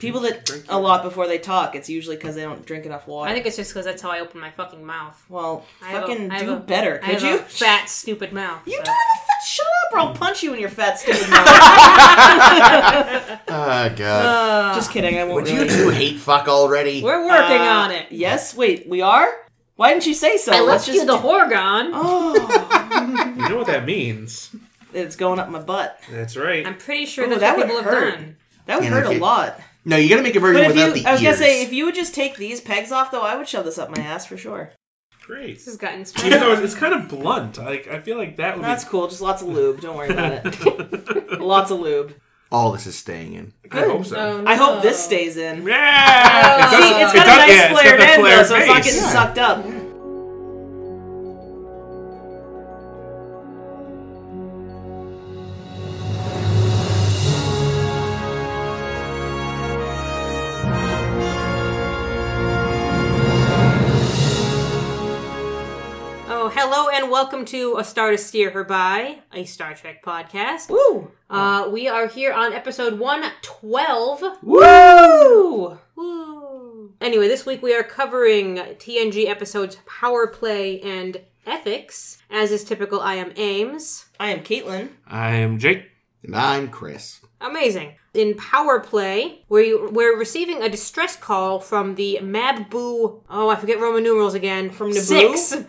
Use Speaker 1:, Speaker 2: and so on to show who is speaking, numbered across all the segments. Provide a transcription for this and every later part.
Speaker 1: People that
Speaker 2: Drink
Speaker 1: a lot before they talk, it's usually because they don't drink enough water.
Speaker 3: I think it's just because that's how I open my fucking mouth.
Speaker 1: well,
Speaker 3: I have a-
Speaker 1: fucking
Speaker 3: I have
Speaker 1: do
Speaker 3: a-
Speaker 1: better,
Speaker 3: I
Speaker 1: could
Speaker 3: have
Speaker 1: you?
Speaker 3: a fat, stupid mouth.
Speaker 1: You
Speaker 3: so.
Speaker 1: don't have a fat. Shut up, or
Speaker 2: Mm.
Speaker 1: I'll punch you in your fat stupid mouth.
Speaker 2: Ah, God.
Speaker 3: Uh,
Speaker 1: Just kidding. I won't.
Speaker 2: Would you
Speaker 1: really.
Speaker 2: two hate fuck already?
Speaker 3: we're working
Speaker 1: Uh,
Speaker 3: on it.
Speaker 1: Yes. Wait. We are. Why didn't you say so?
Speaker 3: I
Speaker 1: Let's
Speaker 3: left
Speaker 1: just
Speaker 3: you the
Speaker 1: do-
Speaker 3: Horgon.
Speaker 1: Oh,
Speaker 4: You know what that means.
Speaker 1: it's going up my butt.
Speaker 4: That's right.
Speaker 3: I'm pretty sure
Speaker 1: Ooh,
Speaker 3: that's
Speaker 1: Oh, that
Speaker 3: what
Speaker 1: would
Speaker 3: people
Speaker 1: hurt.
Speaker 3: have done.
Speaker 1: That would
Speaker 2: And
Speaker 1: hurt
Speaker 2: if
Speaker 1: a
Speaker 2: you-
Speaker 1: lot.
Speaker 2: No, you gotta make a version
Speaker 1: But if
Speaker 2: without
Speaker 1: you,
Speaker 2: the
Speaker 1: I was gonna
Speaker 2: ears.
Speaker 1: say, if you would just take these pegs off, though, I would shove this up my ass for sure.
Speaker 4: Great.
Speaker 3: This has gotten
Speaker 4: Even though
Speaker 3: spicy.
Speaker 4: it's, it's kind of blunt, like I feel like that would
Speaker 1: That's cool. Just lots of lube. Don't worry about it. lots of lube.
Speaker 2: All this is staying in.
Speaker 4: be. I hope so.
Speaker 1: I hope this stays in.
Speaker 4: Yeah.
Speaker 3: Oh.
Speaker 1: See, it's
Speaker 4: it
Speaker 1: got
Speaker 4: does-
Speaker 1: a nice
Speaker 4: yeah, it's got
Speaker 1: flared
Speaker 4: the
Speaker 1: end, though,
Speaker 4: flared
Speaker 1: so it's not
Speaker 4: base.
Speaker 1: getting
Speaker 2: Yeah.
Speaker 1: sucked up.
Speaker 3: Oh, hello and welcome to A Star to Steer Her By, a Star Trek podcast.
Speaker 1: Woo!
Speaker 3: Uh, we are here on episode 112.
Speaker 1: Woo!
Speaker 3: Woo. Anyway, this week we are covering TNG episodes Power Play and Ethics. As is typical, I am Ames.
Speaker 1: I am Caitlin.
Speaker 4: I am Jake.
Speaker 2: And I'm Chris.
Speaker 3: Amazing. In Power Play, we, we're receiving a distress call from the Mabbu. Oh, I forget Roman numerals again. From
Speaker 1: Naboo?
Speaker 3: Six.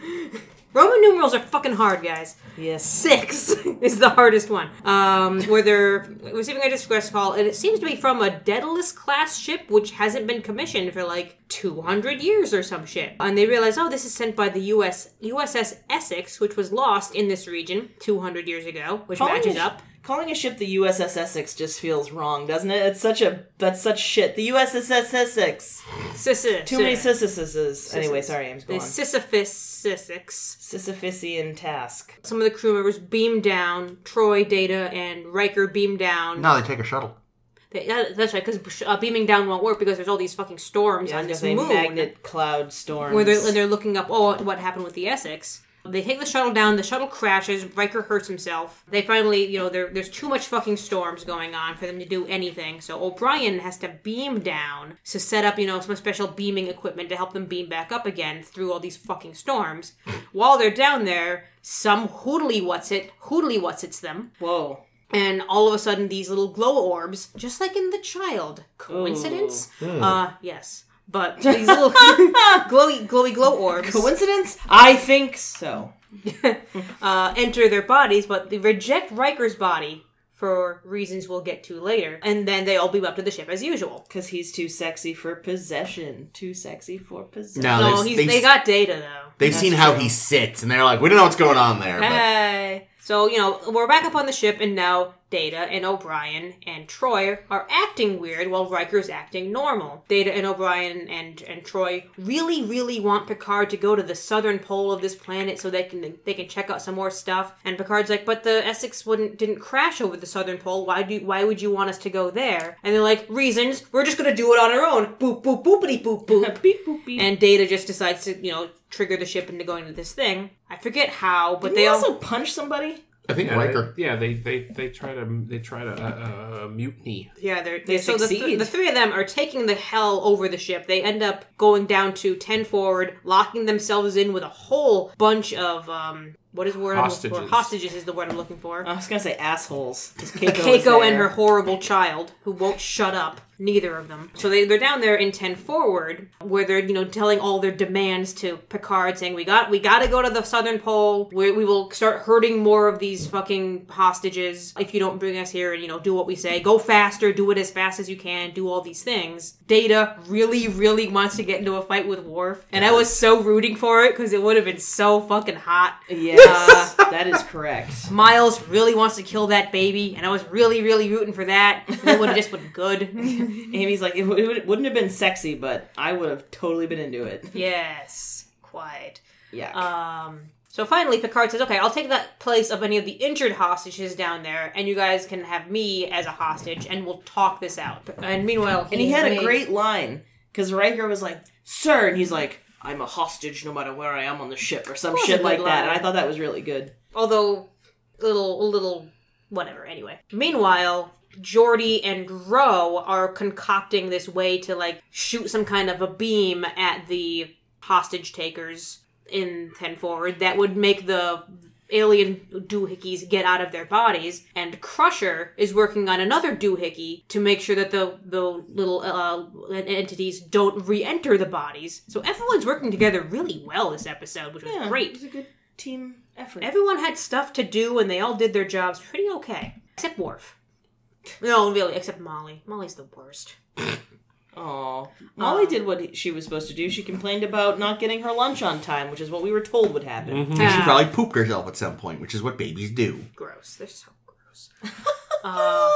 Speaker 3: Roman numerals are fucking hard, guys.
Speaker 1: Yes.
Speaker 3: Six is the hardest one. Um, where they're receiving a distress call, and it seems to be from a Daedalus class ship which hasn't been commissioned for like 200 years or some shit. And they realize, oh, this is sent by the US USS Essex, which was lost in this region 200 years ago, which matches
Speaker 1: a,
Speaker 3: up.
Speaker 1: Calling a ship the USS Essex just feels wrong, doesn't it? It's such a that's such shit. The USS Essex.
Speaker 3: Sissa-
Speaker 1: Too many
Speaker 3: Sissa.
Speaker 1: Sisyphuses. Anyway, sorry, I'm
Speaker 3: The
Speaker 1: going.
Speaker 3: Sisyphus Sissix.
Speaker 1: Sisyphusian task.
Speaker 3: Some of the crew members beam down. Troy, Data, and Riker beam down.
Speaker 2: No, they take a shuttle.
Speaker 3: They- that- that's right, because uh, beaming down won't work because there's all these fucking storms
Speaker 1: Yeah,
Speaker 3: on
Speaker 1: I'm
Speaker 3: this
Speaker 1: just a
Speaker 3: moon.
Speaker 1: magnet cloud storm.
Speaker 3: Where they're, and they're looking up, oh, what happened with the Essex. They take the shuttle down. The shuttle crashes. Riker hurts himself. They finally, you know, there, there's too much fucking storms going on for them to do anything. So O'Brien has to beam down to set up, you know, some special beaming equipment to help them beam back up again through all these fucking storms. While they're down there, some hoodly what's it, hoodly what's it's them,
Speaker 1: Whoa.
Speaker 3: and all of a sudden these little glow orbs, just like in the child. Coincidence? Uh, yes. But these little glowy, glowy glow orbs.
Speaker 1: Coincidence? I think so.
Speaker 3: uh, enter their bodies, but they reject Riker's body for reasons we'll get to later. And then they all beam up to the ship as usual.
Speaker 1: Because he's too sexy for possession. Too sexy for possession.
Speaker 2: No,
Speaker 3: No,
Speaker 2: they,
Speaker 3: he's,
Speaker 2: they,
Speaker 3: they got data though.
Speaker 2: they've seen how he sits, and they're like, we don't know what's going on there. But
Speaker 3: Hey. So, you know, we're back up on the ship, and now Data and O'Brien and Troy are acting weird while Riker's acting normal. Data and O'Brien and, and Troy really, really want Picard to go to the southern pole of this planet so they can they can check out some more stuff. And Picard's like, but the Essex wouldn't didn't crash over the southern pole. Why do why would you want us to go there? And they're like, reasons. We're just gonna do it on our own. Boop boop boopity boop boop.
Speaker 1: Beep, boop, beep.
Speaker 3: And Data just decides to, you know, trigger the ship into going to this thing. I forget how, but
Speaker 1: Didn't
Speaker 3: they
Speaker 1: he
Speaker 3: all-
Speaker 1: also punch somebody?
Speaker 2: I think
Speaker 4: Yeah,
Speaker 2: Riker.
Speaker 4: they, yeah, they they they try to they try to uh, uh, mutiny.
Speaker 3: Yeah, they're, they so the, th-
Speaker 1: succeed.
Speaker 3: the three of them are taking the hell over the ship. They end up going down to ten forward, locking themselves in with a whole bunch of um, what is the word I'm looking
Speaker 4: Hostages.
Speaker 3: for? Hostages is the word I'm looking for.
Speaker 1: I was gonna say assholes. 'cause Keiko, was
Speaker 3: Keiko and
Speaker 1: there.
Speaker 3: her horrible child, who won't shut up. Neither of them. So they, they're down there in ten forward, where they're you know telling all their demands to Picard, saying we got we got to go to the southern pole. We, we will start hurting more of these fucking hostages if you don't bring us here and you know do what we say. Go faster, do it as fast as you can, do all these things. Data really really wants to get into a fight with Worf, and I was so rooting for it because it would have been so fucking hot. Uh,
Speaker 1: Yes, that is correct.
Speaker 3: Miles really wants to kill that baby, and I was really, really rooting for that. And it would have just been good.
Speaker 1: Amy's like, it, would, it wouldn't have been sexy, but I would have totally been into it.
Speaker 3: yes, quiet.
Speaker 1: Yeah.
Speaker 3: Um, so finally, Picard says, "Okay, I'll take that place of any of the injured hostages down there, and you guys can have me as a hostage, and we'll talk this out." And meanwhile,
Speaker 1: and he had a great line because Riker was like, "Sir," and he's like, "I'm a hostage, no matter where I am on the ship, or some
Speaker 3: That was a
Speaker 1: shit
Speaker 3: good
Speaker 1: like that."
Speaker 3: line.
Speaker 1: And I thought that was really good.
Speaker 3: although little, little, whatever. Anyway, meanwhile, Jordy and Ro are concocting this way to like shoot some kind of a beam at the hostage takers in Ten Forward that would make the alien doohickeys get out of their bodies. And Crusher is working on another doohickey to make sure that the the little uh, entities don't re-enter the bodies. So everyone's working together really well this episode, which was
Speaker 1: Yeah, It
Speaker 3: great.
Speaker 1: was a good team effort.
Speaker 3: Everyone had stuff to do and they all did their jobs pretty okay. Except Worf. No, really, except Molly. Molly's the worst.
Speaker 1: Aw. Molly did what she was supposed to do. She complained about not getting her lunch on time, which is what we were told would happen.
Speaker 2: Mm-hmm. She
Speaker 3: Ah,
Speaker 2: probably pooped herself at some point, which is what babies do.
Speaker 3: gross. They're so gross. uh,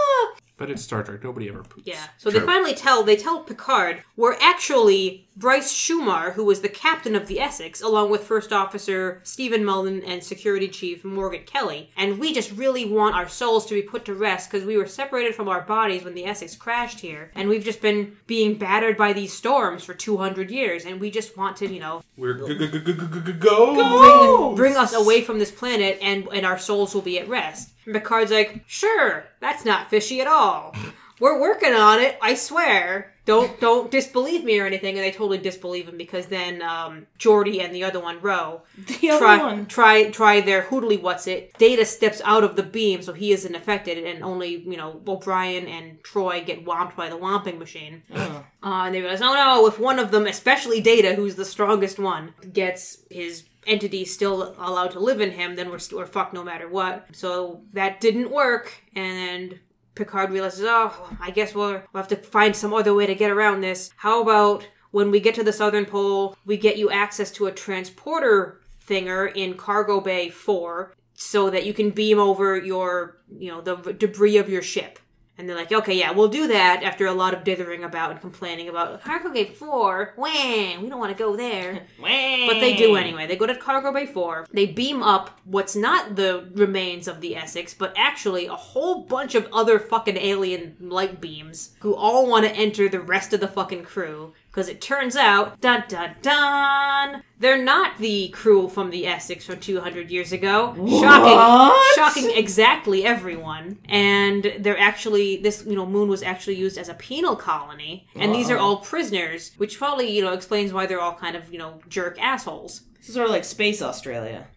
Speaker 4: But it's Star Trek. Nobody ever poops.
Speaker 3: yeah. So they
Speaker 2: True.
Speaker 3: finally tell they tell Picard we're actually Bryce Schumar, who was the captain of the Essex, along with First Officer Stephen Mullen and Security Chief Morgan Kelly, and we just really want our souls to be put to rest because we were separated from our bodies when the Essex crashed here, and we've just been being battered by these storms for two hundred years, and we just want to, you know,
Speaker 4: We're go go go go go go.
Speaker 3: bring, bring us away from this planet and and our souls will be at rest. And Picard's like, sure, that's not fishy at all. We're working on it, I swear. Don't don't disbelieve me or anything. And they totally disbelieve him because then um, Jordy and the other one, Roe,
Speaker 1: The other
Speaker 3: try
Speaker 1: one.
Speaker 3: try try their hoodly what's it. Data steps out of the beam, so he isn't affected, and only you know O'Brien and Troy get whomped by the whomping machine. Uh, and they realize, oh no, if one of them, especially Data, who's the strongest one, gets his entity still allowed to live in him, then we're, st- we're fucked no matter what. So that didn't work, and Picard realizes, oh, I guess we'll, we'll have to find some other way to get around this. How about when we get to the Southern Pole, we get you access to a transporter thinger in Cargo Bay 4 so that you can beam over your, you know, the v- debris of your ship. And they're like, okay, yeah, we'll do that after a lot of dithering about and complaining about Cargo Bay 4. Wah, we don't want to go there. But they do anyway. They go to Cargo Bay 4. They beam up what's not the remains of the Essex, but actually a whole bunch of other fucking alien light beams who all want to enter the rest of the fucking crew. Because it turns out, dun dun dun, they're not the crew from the Essex from 200 years ago.
Speaker 1: What?
Speaker 3: Shocking, shocking exactly everyone. And they're actually, this, you know, moon was actually used as a penal colony. And these are all prisoners, which probably, you know, explains why they're all kind of, you know, jerk assholes.
Speaker 1: This is sort of like Space Australia.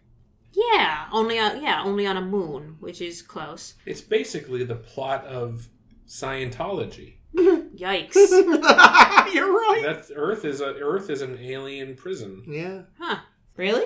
Speaker 3: Yeah, only on yeah, only on a moon, which is close.
Speaker 4: It's basically the plot of Scientology.
Speaker 3: Yikes.
Speaker 2: You're right.
Speaker 4: That Earth is a Earth is an alien prison.
Speaker 2: Yeah.
Speaker 3: huh.
Speaker 1: Really?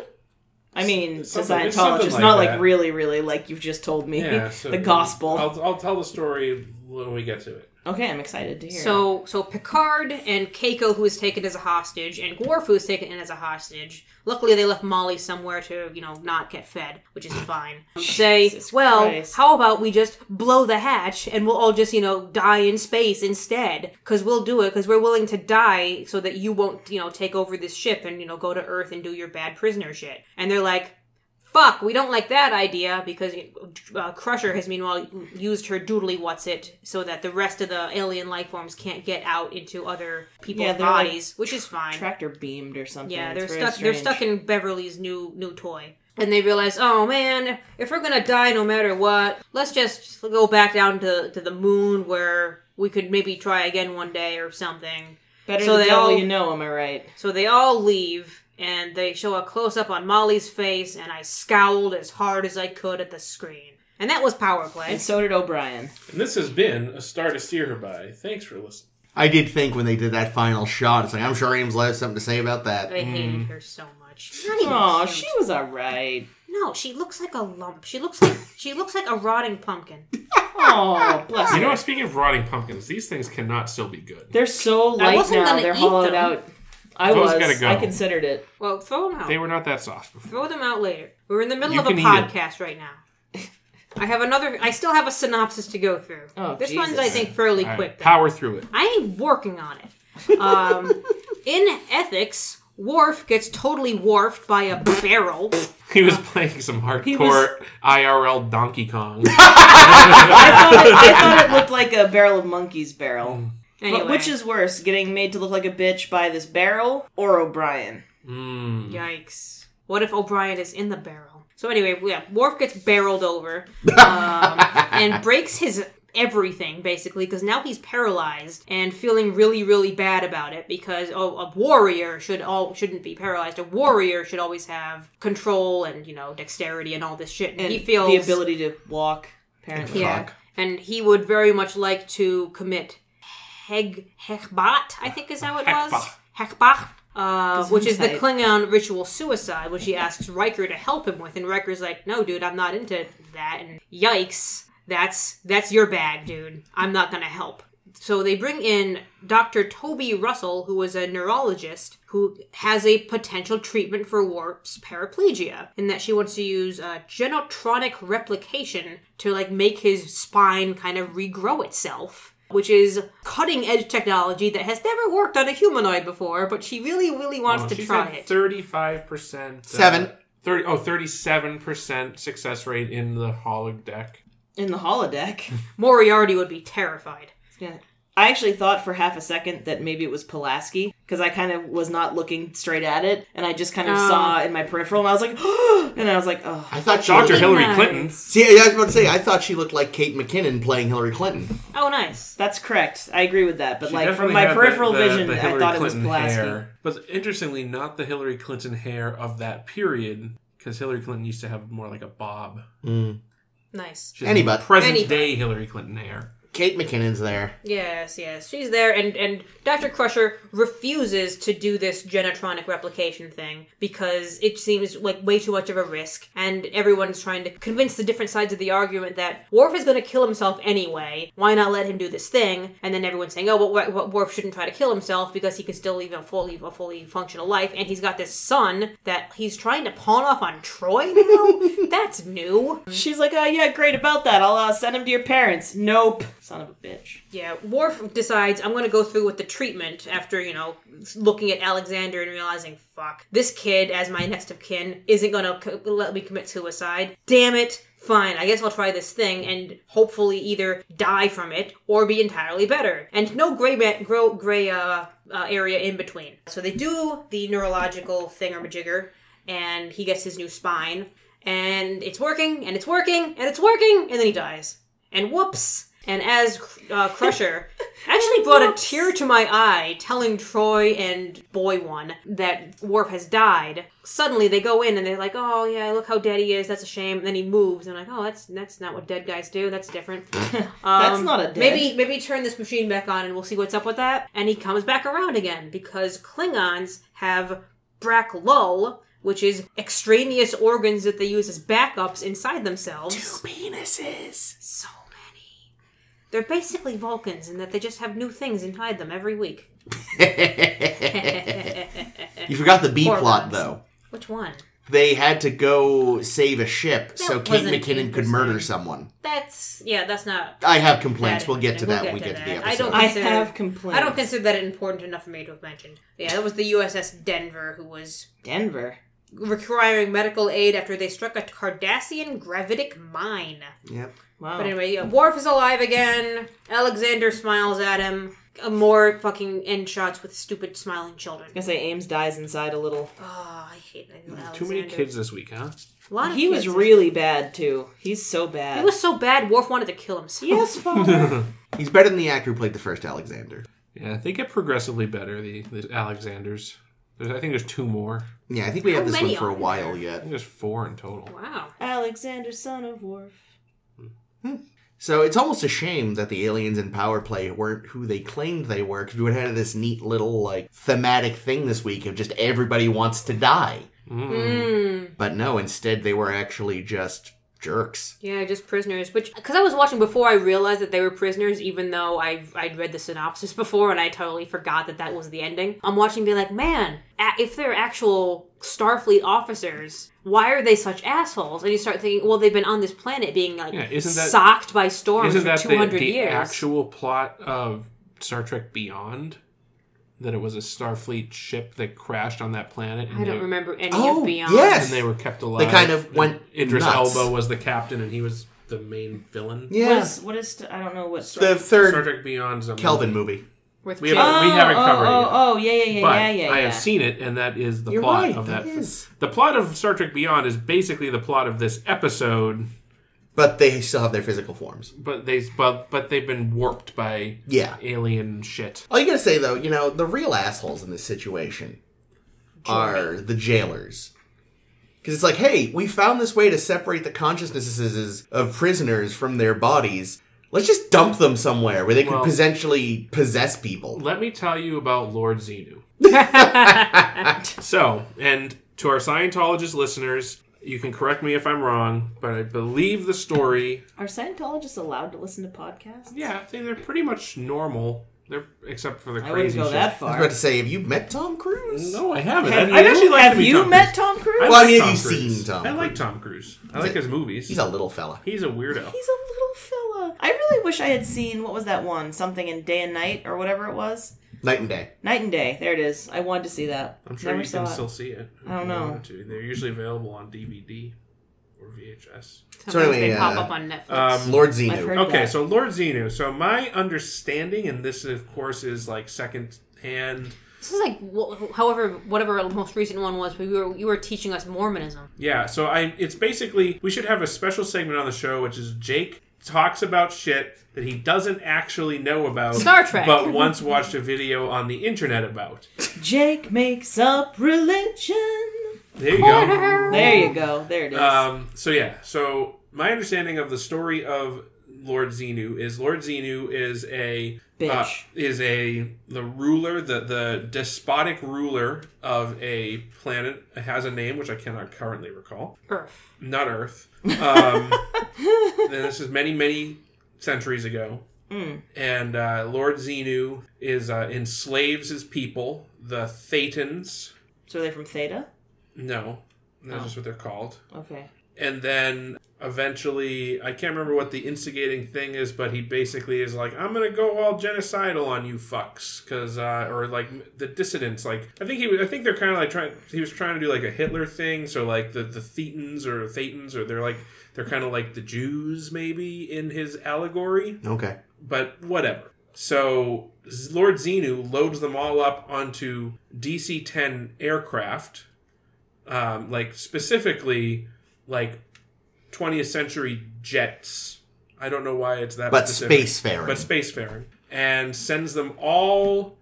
Speaker 1: I mean,
Speaker 4: It's
Speaker 1: to
Speaker 4: something- it's
Speaker 1: Scientologists,
Speaker 4: something like
Speaker 1: not
Speaker 4: that.
Speaker 1: like really, really, like you've just told me
Speaker 4: Yeah, so
Speaker 1: the gospel.
Speaker 4: I'll, I'll tell the story when we get to it.
Speaker 1: Okay, I'm excited to hear.
Speaker 3: So so Picard and Keiko who is taken as a hostage and Worf who is taken in as a hostage. Luckily they left Molly somewhere to, you know, not get fed, which is fine. Say,
Speaker 1: Jesus
Speaker 3: well,
Speaker 1: Christ.
Speaker 3: how about we just blow the hatch and we'll all just, you know, die in space instead cuz we'll do it cuz we're willing to die so that you won't, you know, take over this ship and, you know, go to Earth and do your bad prisoner shit. And they're like, fuck, we don't like that idea because uh, Crusher has meanwhile used her doodly what's it so that the rest of the alien life forms can't get out into other people's
Speaker 1: Yeah, they're, like,
Speaker 3: bodies, which is fine.
Speaker 1: tractor beamed or something.
Speaker 3: yeah,
Speaker 1: It's
Speaker 3: they're
Speaker 1: very
Speaker 3: stuck. They're
Speaker 1: strange.
Speaker 3: stuck in Beverly's new new toy. And they realize, oh man, if we're gonna die no matter what, let's just go back down to, to the moon where we could maybe try again one day or something.
Speaker 1: Better
Speaker 3: so
Speaker 1: the
Speaker 3: they
Speaker 1: devil
Speaker 3: all-
Speaker 1: you know, am I right?
Speaker 3: So they all leave, and they show a close up on Molly's face, and I scowled as hard as I could at the screen. And that was power play.
Speaker 1: And so did O'Brien.
Speaker 4: And this has been a star to steer her by. Thanks for listening.
Speaker 2: I did think when they did that final shot, it's like I'm sure Ames will have something to say about that.
Speaker 4: Mm.
Speaker 3: I hated her so much. She's not even
Speaker 1: Oh,
Speaker 3: cute.
Speaker 1: she was alright.
Speaker 3: No, she looks like a lump. She looks like she looks like a rotting pumpkin.
Speaker 1: Oh, bless
Speaker 4: You
Speaker 1: her.
Speaker 4: know, what? speaking of rotting pumpkins, these things cannot still be good.
Speaker 1: They're so light
Speaker 3: wasn't
Speaker 1: now.
Speaker 3: gonna
Speaker 1: They're
Speaker 3: eat
Speaker 1: hollowed
Speaker 3: them.
Speaker 1: out. I
Speaker 4: Those
Speaker 1: was.
Speaker 4: gotta go.
Speaker 1: I considered it.
Speaker 3: Well, throw them out.
Speaker 4: They were not that soft before.
Speaker 3: Throw them out later. We're in the middle
Speaker 4: You
Speaker 3: of a
Speaker 4: can eat it.
Speaker 3: podcast right now. I have another. I still have a synopsis to go through.
Speaker 1: Oh,
Speaker 3: this
Speaker 1: Jesus.
Speaker 3: one's I think fairly
Speaker 4: All right,
Speaker 3: quick. though.
Speaker 4: power through it.
Speaker 3: I am working on it. Um, in ethics, Worf gets totally wharfed by a barrel.
Speaker 4: He was playing some hardcore IRL Donkey Kong.
Speaker 1: I thought it, I thought it looked like a barrel of monkeys
Speaker 4: Mm.
Speaker 1: barrel.
Speaker 3: Anyway,
Speaker 1: But which is worse, getting made to look like a bitch by this barrel or O'Brien?
Speaker 4: Mm.
Speaker 3: yikes. What if O'Brien is in the barrel? So anyway, yeah, Worf gets barreled over um, and breaks his everything basically because now he's paralyzed and feeling really really bad about it because oh, a warrior should all shouldn't be paralyzed. A warrior should always have control and you know dexterity and all this shit. And,
Speaker 1: And
Speaker 3: he feels
Speaker 1: the ability to walk. Apparently,
Speaker 3: yeah,
Speaker 2: Fuck.
Speaker 3: and he would very much like to commit heg hechbot. I think is how it was hechbot. Uh, which is the
Speaker 1: Gesundheit.
Speaker 3: Klingon ritual suicide, which he asks Riker to help him with, and Riker's like, "No, dude, I'm not into that." And yikes, that's that's your bag, dude. I'm not gonna help. So they bring in Dr. Toby Russell, who is a neurologist who has a potential treatment for Warp's paraplegia, in that she wants to use uh, genotronic replication to like make his spine kind of regrow itself which is cutting edge technology that has never worked on a humanoid before, but Oh, she really, really wants
Speaker 4: Well,
Speaker 3: to
Speaker 4: she's
Speaker 3: try
Speaker 4: at
Speaker 3: it.
Speaker 4: 35%. uh,
Speaker 2: Seven.
Speaker 4: 30, oh, 37% success rate in the holodeck.
Speaker 1: in the holodeck.
Speaker 3: Moriarty would be terrified.
Speaker 1: Yeah. I actually thought for half a second that maybe it was Pulaski because I kind of was not looking straight at it, and I just kind of
Speaker 3: Oh.
Speaker 1: saw in my peripheral, and I was like, and I was like, oh,
Speaker 2: I thought she
Speaker 4: Dr.
Speaker 2: looked-
Speaker 4: Hillary
Speaker 3: nice.
Speaker 4: Clinton.
Speaker 2: See, I was about to say, I thought she looked like Kate McKinnon playing Hillary Clinton.
Speaker 3: Oh, nice.
Speaker 1: that's correct. I agree with that, but
Speaker 4: She
Speaker 1: like from
Speaker 4: definitely
Speaker 1: my
Speaker 4: had the-
Speaker 1: peripheral
Speaker 4: the-
Speaker 1: vision,
Speaker 4: the
Speaker 1: I
Speaker 4: Hillary
Speaker 1: thought it was
Speaker 4: Clinton
Speaker 1: Pulaski.
Speaker 4: hair. But interestingly, not the Hillary Clinton hair of that period, because Hillary Clinton used to have more like a bob.
Speaker 2: Mm.
Speaker 3: Nice.
Speaker 4: She's
Speaker 2: Any butt.
Speaker 4: present
Speaker 3: Any butt.
Speaker 4: day Hillary Clinton hair.
Speaker 2: Kate McKinnon's there.
Speaker 3: Yes, yes. She's there, and, and Dr. Crusher refuses to do this genotronic replication thing because it seems like way too much of a risk, and everyone's trying to convince the different sides of the argument that Worf is going to kill himself anyway. Why not let him do this thing? And then everyone's saying, oh, but, but Worf shouldn't try to kill himself because he can still live a fully, a fully functional life, and he's got this son that he's trying to pawn off on Troy now? That's new.
Speaker 1: She's like, oh yeah, great about that. I'll uh, send him to your parents. Nope, son of a bitch.
Speaker 3: Yeah, Worf decides I'm going to go through with the treatment after, you know, looking at Alexander and realizing, fuck, this kid as my next of kin isn't going to co- let me commit suicide. Damn it. Fine, I guess I'll try this thing and hopefully either die from it or be entirely better. And no gray ma- gro- gray uh, uh, area in between. So they do the neurological thingamajigger and he gets his new spine and it's working and it's working and it's working and then he dies and whoops. And as uh, Crusher actually brought a tear to my eye, telling Troy and Boy One that Worf has died. Suddenly they go in and they're like, "Oh yeah, look how dead he is. That's a shame." And then he moves, and I'm like, "Oh, that's that's not what dead guys do. That's different."
Speaker 1: That's
Speaker 3: Um,
Speaker 1: not a dead.
Speaker 3: Maybe maybe turn this machine back on and we'll see what's up with that. And he comes back around again because Klingons have braclull, which is extraneous organs that they use as backups inside themselves.
Speaker 2: Penises.
Speaker 3: So many. They're basically Vulcans in that they just have new things inside them every week.
Speaker 2: you forgot the B
Speaker 3: Poor
Speaker 2: plot,
Speaker 3: Ross.
Speaker 2: though.
Speaker 3: Which one?
Speaker 2: They had to go save a ship so
Speaker 3: That
Speaker 2: Kate
Speaker 3: wasn't
Speaker 2: McKinnon could
Speaker 3: 8%.
Speaker 2: murder someone.
Speaker 3: That's yeah. That's not.
Speaker 2: I have complaints.
Speaker 3: That-
Speaker 2: we'll get to
Speaker 3: we'll
Speaker 2: that
Speaker 3: get
Speaker 2: when we
Speaker 3: to
Speaker 2: get to the
Speaker 3: that.
Speaker 2: episode.
Speaker 3: I don't
Speaker 1: I
Speaker 3: consider-
Speaker 1: have complaints.
Speaker 3: I don't consider that important enough for me to have mentioned. Yeah, that was the USS Denver who was
Speaker 1: Denver.
Speaker 3: requiring medical aid after they struck a Cardassian gravitic mine.
Speaker 2: Yep.
Speaker 1: Wow.
Speaker 3: But anyway, yeah, Worf is alive again. Alexander smiles at him. Uh, More fucking end shots with stupid smiling children.
Speaker 1: I was gonna say Ames dies inside a little.
Speaker 3: Oh, I hate that.
Speaker 4: Too many
Speaker 3: Alexander.
Speaker 4: kids this week, huh?
Speaker 3: A lot of
Speaker 1: He was
Speaker 3: kids.
Speaker 1: really bad too. He's so
Speaker 3: It
Speaker 1: bad.
Speaker 3: was so bad. Worf wanted to kill himself.
Speaker 1: yes, father.
Speaker 2: He's better than the actor who played the first Alexander.
Speaker 4: Yeah, they get progressively better, the, the Alexanders. There's, I think there's two more.
Speaker 2: Yeah, I think we
Speaker 3: How
Speaker 2: have this one
Speaker 3: many
Speaker 2: for
Speaker 3: are
Speaker 2: a
Speaker 3: there?
Speaker 2: while yet.
Speaker 4: I think there's four in total.
Speaker 3: Wow.
Speaker 1: Alexander, son of Worf.
Speaker 2: So it's almost a shame that the aliens in Power Play weren't who they claimed they were, because we would have had this neat little like thematic thing this week of just everybody wants to die.
Speaker 4: Mm.
Speaker 3: Mm.
Speaker 2: But no, instead they were actually just jerks.
Speaker 3: Yeah, just prisoners. Which, because I was watching before, I realized that they were prisoners, even though I I'd read the synopsis before and I totally forgot that that was the ending. I'm watching, being like, man, a- if they're actual Starfleet officers, why are they such assholes? And you start thinking, well, they've been on this planet being like
Speaker 4: Yeah, isn't that-
Speaker 3: socked by storms Mm.
Speaker 4: Isn't
Speaker 3: for
Speaker 4: that the,
Speaker 3: 200
Speaker 4: the
Speaker 3: years.
Speaker 4: actual plot of Star Trek Beyond? That it was a Starfleet ship that crashed on that planet. And
Speaker 3: I don't
Speaker 4: they-
Speaker 3: remember any
Speaker 2: Oh,
Speaker 3: of Beyond.
Speaker 2: yes!
Speaker 4: And they were kept alive.
Speaker 2: kind of
Speaker 4: And
Speaker 2: went
Speaker 4: Idris
Speaker 2: nuts.
Speaker 4: Elba was the captain, and he was the main villain.
Speaker 2: Yeah.
Speaker 1: What is? What is? I don't know what.
Speaker 2: the
Speaker 4: Star
Speaker 2: third
Speaker 4: Trek Beyond's a
Speaker 2: Kelvin movie.
Speaker 3: With
Speaker 4: We
Speaker 3: Jake-
Speaker 4: have- we haven't covered it
Speaker 1: oh,
Speaker 4: yet.
Speaker 1: Oh, yeah, yeah, yeah,
Speaker 4: But
Speaker 1: yeah, yeah.
Speaker 4: I
Speaker 1: yeah.
Speaker 4: have seen it, and that is the
Speaker 2: You're
Speaker 4: plot
Speaker 2: right,
Speaker 4: of that.
Speaker 2: that is.
Speaker 4: The plot of Star Trek Beyond is basically the plot of this episode,
Speaker 2: But they still have their physical forms.
Speaker 4: But they but but they've been warped by
Speaker 2: Yeah.
Speaker 4: alien shit.
Speaker 2: All you gotta say though, you know, the real assholes in this situation are the jailers. Because it's like, hey, we found this way to separate the consciousnesses of prisoners from their bodies. Let's just dump them somewhere where they could
Speaker 4: Well-
Speaker 2: potentially possess people.
Speaker 4: Let me tell you about Lord Xenu. So, and to our Scientologist listeners, you can correct me if I'm wrong, but I believe the story.
Speaker 1: Are Scientologists allowed to listen to podcasts?
Speaker 4: Yeah, they- they're pretty much normal. They're except for the
Speaker 1: I wouldn't
Speaker 4: crazy
Speaker 1: go
Speaker 4: shit.
Speaker 1: that
Speaker 2: I was
Speaker 1: far.
Speaker 2: about to say, have you met Tom Cruise?
Speaker 4: No, I haven't.
Speaker 1: Have
Speaker 4: I'd-
Speaker 1: you,
Speaker 4: I'd actually like to
Speaker 1: have
Speaker 4: meet
Speaker 1: you
Speaker 4: Tom
Speaker 1: met
Speaker 4: Cruise.
Speaker 1: Tom Cruise?
Speaker 4: I
Speaker 2: Well,
Speaker 4: like
Speaker 2: I mean, have
Speaker 4: Tom
Speaker 2: you
Speaker 4: Cruise.
Speaker 2: seen Tom
Speaker 4: I like
Speaker 2: Cruise?
Speaker 4: Tom Cruise. I like
Speaker 2: a-
Speaker 4: his movies.
Speaker 2: He's a little fella.
Speaker 4: He's a weirdo.
Speaker 1: He's a little fella. I really wish I had seen what was that one? Something in Day and Night or whatever it was.
Speaker 2: Night and day.
Speaker 1: Night and Day. There it is. I wanted to see that.
Speaker 4: I'm sure
Speaker 1: Never
Speaker 4: you
Speaker 1: saw
Speaker 4: can
Speaker 1: it.
Speaker 4: still see it. if
Speaker 1: I don't
Speaker 4: you
Speaker 1: know.
Speaker 4: wanted to. They're usually available on DVD or VHS.
Speaker 2: So anyway,
Speaker 3: they pop
Speaker 2: uh,
Speaker 3: up on Netflix.
Speaker 4: Um,
Speaker 2: Lord
Speaker 1: I've
Speaker 2: Xenu.
Speaker 1: heard
Speaker 4: Okay,
Speaker 1: that.
Speaker 4: so Lord Xenu. So my understanding, and this of course is like second hand.
Speaker 3: this is like, wh- however, whatever the most recent one was, but you were, you were teaching us Mormonism.
Speaker 4: Yeah, so I it's basically we should have a special segment on the show which is Jake talks about shit that he doesn't actually know about
Speaker 3: Star Trek.
Speaker 4: but once watched a video on the internet about.
Speaker 1: Jake makes up religion.
Speaker 4: There you go.
Speaker 1: There you go. There it is.
Speaker 4: Um, so yeah, so my understanding of the story of Lord Xenu is Lord Xenu is a
Speaker 1: Bitch.
Speaker 4: uh, is a the ruler the the despotic ruler of a planet It has a name which I cannot currently recall.
Speaker 3: Earth.
Speaker 4: not Earth. Um, and this is many, many centuries ago. And uh, Lord Xenu is uh, enslaves his people, the Thetans.
Speaker 1: so they're from Theta.
Speaker 4: No, that's just what they're called.
Speaker 1: Okay.
Speaker 4: And then eventually, I can't remember what the instigating thing is, but he basically is like, "I'm gonna go all genocidal on you fucks," because uh, or like m- the dissidents. Like I think he, was, I think they're kind of like trying. He was trying to do like a Hitler thing. So like the the Thetans or Thetans or they're like they're kind of like the Jews maybe in his allegory,
Speaker 2: Okay.
Speaker 4: but whatever. So Z- Lord Xenu loads them all up onto DC-10 aircraft, um, like specifically like 20th century jets. I don't know why it's that,
Speaker 2: But
Speaker 4: specific,
Speaker 2: spacefaring.
Speaker 4: but spacefaring, and sends them all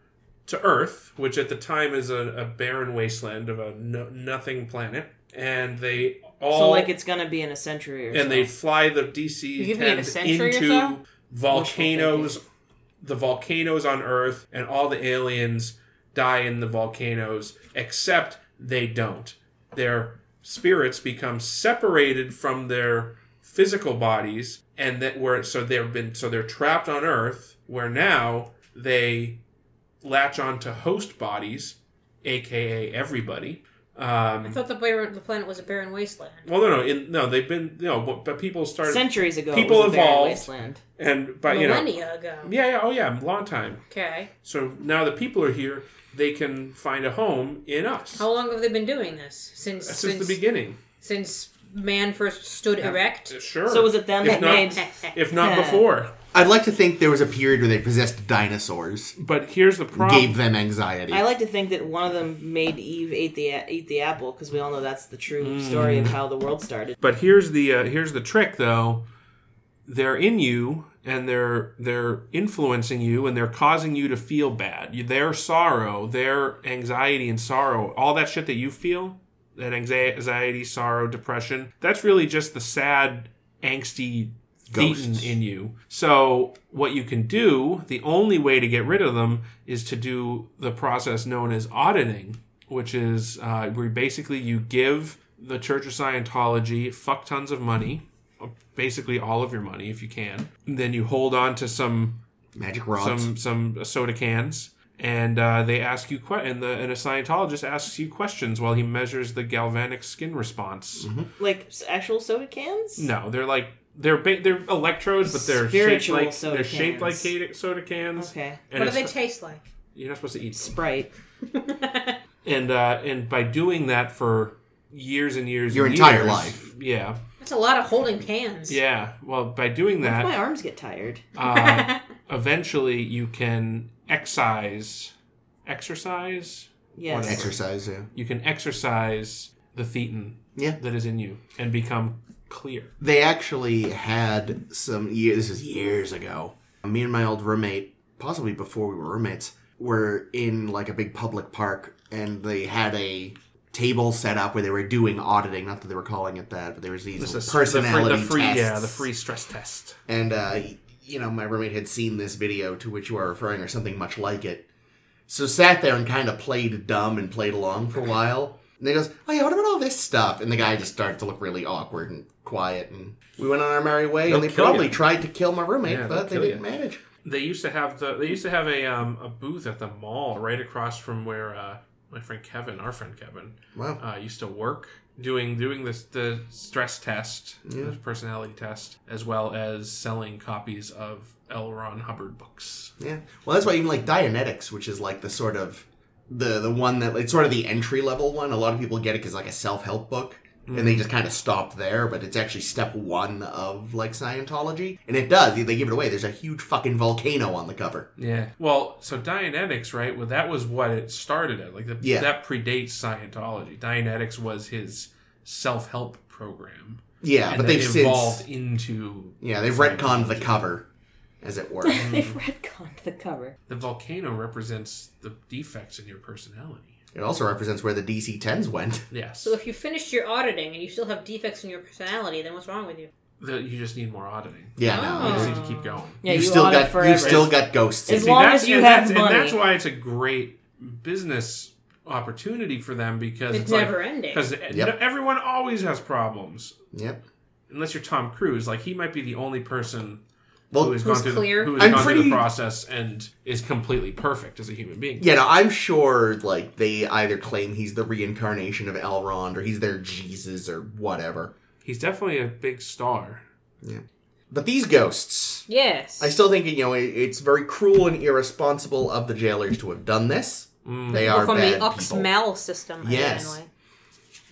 Speaker 4: to Earth, which at the time is a, a barren wasteland of a no, nothing planet, and they all
Speaker 1: So like it's gonna be in a century or
Speaker 4: and
Speaker 1: so.
Speaker 4: they fly the DC
Speaker 3: You give me a
Speaker 4: 10
Speaker 3: century or
Speaker 4: into
Speaker 3: so?
Speaker 4: volcanoes, the volcanoes on Earth, and all the aliens die in the volcanoes, except they don't. Their spirits become separated from their physical bodies, and that where so they've been so they're trapped on Earth, where now they latch on to host bodies, aka everybody. Um,
Speaker 3: I thought the, bar- the planet was a barren wasteland.
Speaker 4: well, no, no, in, no. They've been no, but, but people started
Speaker 1: centuries ago.
Speaker 4: People
Speaker 1: it was a barren
Speaker 4: evolved.
Speaker 1: Wasteland.
Speaker 4: and but you know,
Speaker 3: Millennia ago.
Speaker 4: yeah, yeah, oh yeah, long time.
Speaker 3: Okay.
Speaker 4: So now the people are here. They can find a home in us.
Speaker 3: How long have they been doing this? Since
Speaker 4: Since
Speaker 3: since,
Speaker 4: the beginning,
Speaker 3: since man first stood erect?
Speaker 4: sure.
Speaker 1: So was it them
Speaker 4: If
Speaker 1: that
Speaker 4: not-
Speaker 1: made?
Speaker 4: If not before,
Speaker 2: I'd like to think there was a period where they possessed dinosaurs,
Speaker 4: but here's the problem.
Speaker 2: gave them anxiety.
Speaker 1: I like to think that one of them made Eve eat the eat the apple because we all know that's the true
Speaker 4: Hmm.
Speaker 1: story of how the world started.
Speaker 4: But here's the uh, here's the trick though. They're in you and they're they're influencing you and they're causing you to feel bad. You- Their sorrow, their anxiety and sorrow, all that shit that you feel, that anxi- anxiety, sorrow, depression, that's really just the sad, angsty thetan
Speaker 2: Ghosts.
Speaker 4: in you. So what you can do, the only way to get rid of them is to do the process known as auditing, which is uh, where basically you give the Church of Scientology fuck tons of money, basically all of your money if you can. Then you hold on to some
Speaker 2: Magic rods.
Speaker 4: some some soda cans, and uh, they ask you que- and the and a Scientologist asks you questions while he measures the galvanic skin response.
Speaker 2: Mm-hmm.
Speaker 1: Like s- actual soda cans.
Speaker 4: No, they're like they're ba- they're electrodes, but they're shaped
Speaker 1: Spiritual
Speaker 4: like
Speaker 1: soda
Speaker 4: they're shaped like
Speaker 1: cans.
Speaker 4: cata- soda cans.
Speaker 1: Okay.
Speaker 4: And
Speaker 3: What do
Speaker 4: it's-
Speaker 3: they taste like?
Speaker 4: you're not supposed to eat them.
Speaker 1: Sprite.
Speaker 4: And uh, and by doing that for years and years,
Speaker 2: Your
Speaker 4: and
Speaker 2: entire
Speaker 4: years-
Speaker 2: life.
Speaker 4: yeah,
Speaker 3: That's a lot of holding cans.
Speaker 4: yeah. Well, by doing that,
Speaker 1: My arms get tired.
Speaker 4: uh, eventually you can excise exercise
Speaker 1: Yes.
Speaker 4: Whatever.
Speaker 2: Exercise, yeah.
Speaker 4: you can exercise the thetan
Speaker 2: Yeah.
Speaker 4: that is in you and become clear.
Speaker 2: They actually had some years. This is years ago. Me and my old roommate, possibly before we were roommates, were in like a big public park, and they had a table set up where they were doing auditing. Not that they were calling it that, but there was these
Speaker 4: This is
Speaker 2: personality
Speaker 4: the free,
Speaker 2: tests.
Speaker 4: yeah, the free stress test.
Speaker 2: And, uh, you know, my roommate had seen this video to which you are referring or something much like it. So sat there and kind of played dumb and played along for a while. And he goes, oh yeah, what about all this stuff? And the guy just started to look really awkward and quiet. And we went on our merry way.
Speaker 4: They'll
Speaker 2: and they
Speaker 4: kill
Speaker 2: probably
Speaker 4: you.
Speaker 2: tried to kill my roommate,
Speaker 4: Yeah, they'll
Speaker 2: but they
Speaker 4: kill
Speaker 2: didn't
Speaker 4: you.
Speaker 2: manage.
Speaker 4: They used to have the they used to have a um, a booth at the mall right across from where uh, my friend Kevin, our friend Kevin,
Speaker 2: Wow.
Speaker 4: uh, used to work doing doing this the stress test,
Speaker 2: Yeah.
Speaker 4: the personality test, as well as selling copies of L. Ron Hubbard books.
Speaker 2: Yeah. Well, that's why even like Dianetics, which is like the sort of the the one that it's sort of the entry level one. A lot of people get it because like a self help book, and
Speaker 4: Mm.
Speaker 2: they just kind of stop there. But it's actually step one of like Scientology, and it does. They give it away. There's a huge fucking volcano on the cover.
Speaker 4: Yeah. Well, so Dianetics, right? Well, that was what it started at. Like the,
Speaker 2: Yeah.
Speaker 4: that predates Scientology. Dianetics was his self help program,
Speaker 2: Yeah,
Speaker 4: and
Speaker 2: but
Speaker 4: then
Speaker 2: they've
Speaker 4: evolved
Speaker 2: since
Speaker 4: into
Speaker 2: yeah they've retconned the cover, as it were.
Speaker 1: They've retconned the cover.
Speaker 4: the volcano represents the defects in your personality.
Speaker 2: it also represents where the DC tens went.
Speaker 4: Yes.
Speaker 3: So if you finished your auditing and you still have defects in your personality, then what's wrong with you?
Speaker 4: The, you just need more auditing.
Speaker 2: Yeah, no,
Speaker 4: You
Speaker 2: it's-
Speaker 4: just
Speaker 3: Oh.
Speaker 4: need to keep going.
Speaker 1: Yeah,
Speaker 2: you've
Speaker 1: you
Speaker 2: still
Speaker 1: ought it
Speaker 2: got
Speaker 1: forever.
Speaker 2: you've still got ghosts.
Speaker 1: As
Speaker 2: in
Speaker 4: See,
Speaker 1: long
Speaker 4: that's-
Speaker 1: as you
Speaker 4: and
Speaker 1: have
Speaker 4: that's,
Speaker 1: money.
Speaker 4: And that's why it's a great business opportunity for them because
Speaker 3: It's,
Speaker 4: it's,
Speaker 3: never
Speaker 4: like,
Speaker 3: ending.
Speaker 4: Because
Speaker 2: Yep.
Speaker 4: everyone always has problems.
Speaker 2: Yep.
Speaker 4: Unless you're Tom Cruise, like he might be the only person
Speaker 2: Well,
Speaker 4: who has gone
Speaker 3: Who's
Speaker 4: through
Speaker 3: clear.
Speaker 4: the, who has
Speaker 2: I'm
Speaker 4: gone through
Speaker 2: pretty-
Speaker 4: the process and is completely perfect as a human being.
Speaker 2: Yeah, no, I'm sure like they either claim he's the reincarnation of Elrond or he's their Jesus or whatever.
Speaker 4: He's definitely a big star.
Speaker 2: But these ghosts,
Speaker 3: Yes.
Speaker 2: I still think you know it, it's very cruel and irresponsible of the jailers to have done this.
Speaker 4: Mm.
Speaker 2: They
Speaker 3: Well,
Speaker 2: are
Speaker 3: from
Speaker 2: bad
Speaker 3: the up
Speaker 2: people.
Speaker 3: smell system.
Speaker 2: Yes.
Speaker 3: Anyway.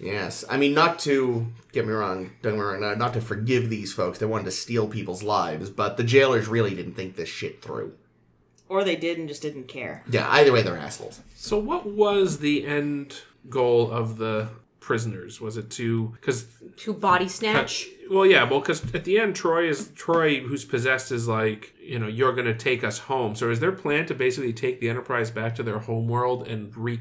Speaker 2: Yes, I mean not to get me wrong, don't get me wrong, not- not to forgive these folks. They wanted to steal people's lives, but the jailers really didn't think this shit through.
Speaker 1: Or they did and just didn't care.
Speaker 2: Yeah, either way, they're assholes.
Speaker 4: So, what was the end goal of the prisoners? Was it to because
Speaker 3: To body snatch.
Speaker 4: Well, yeah, well, because at the end, Troy is Troy, who's possessed, is like, you know, you're going to take us home. So, is their plan to basically take the Enterprise back to their home world and wreak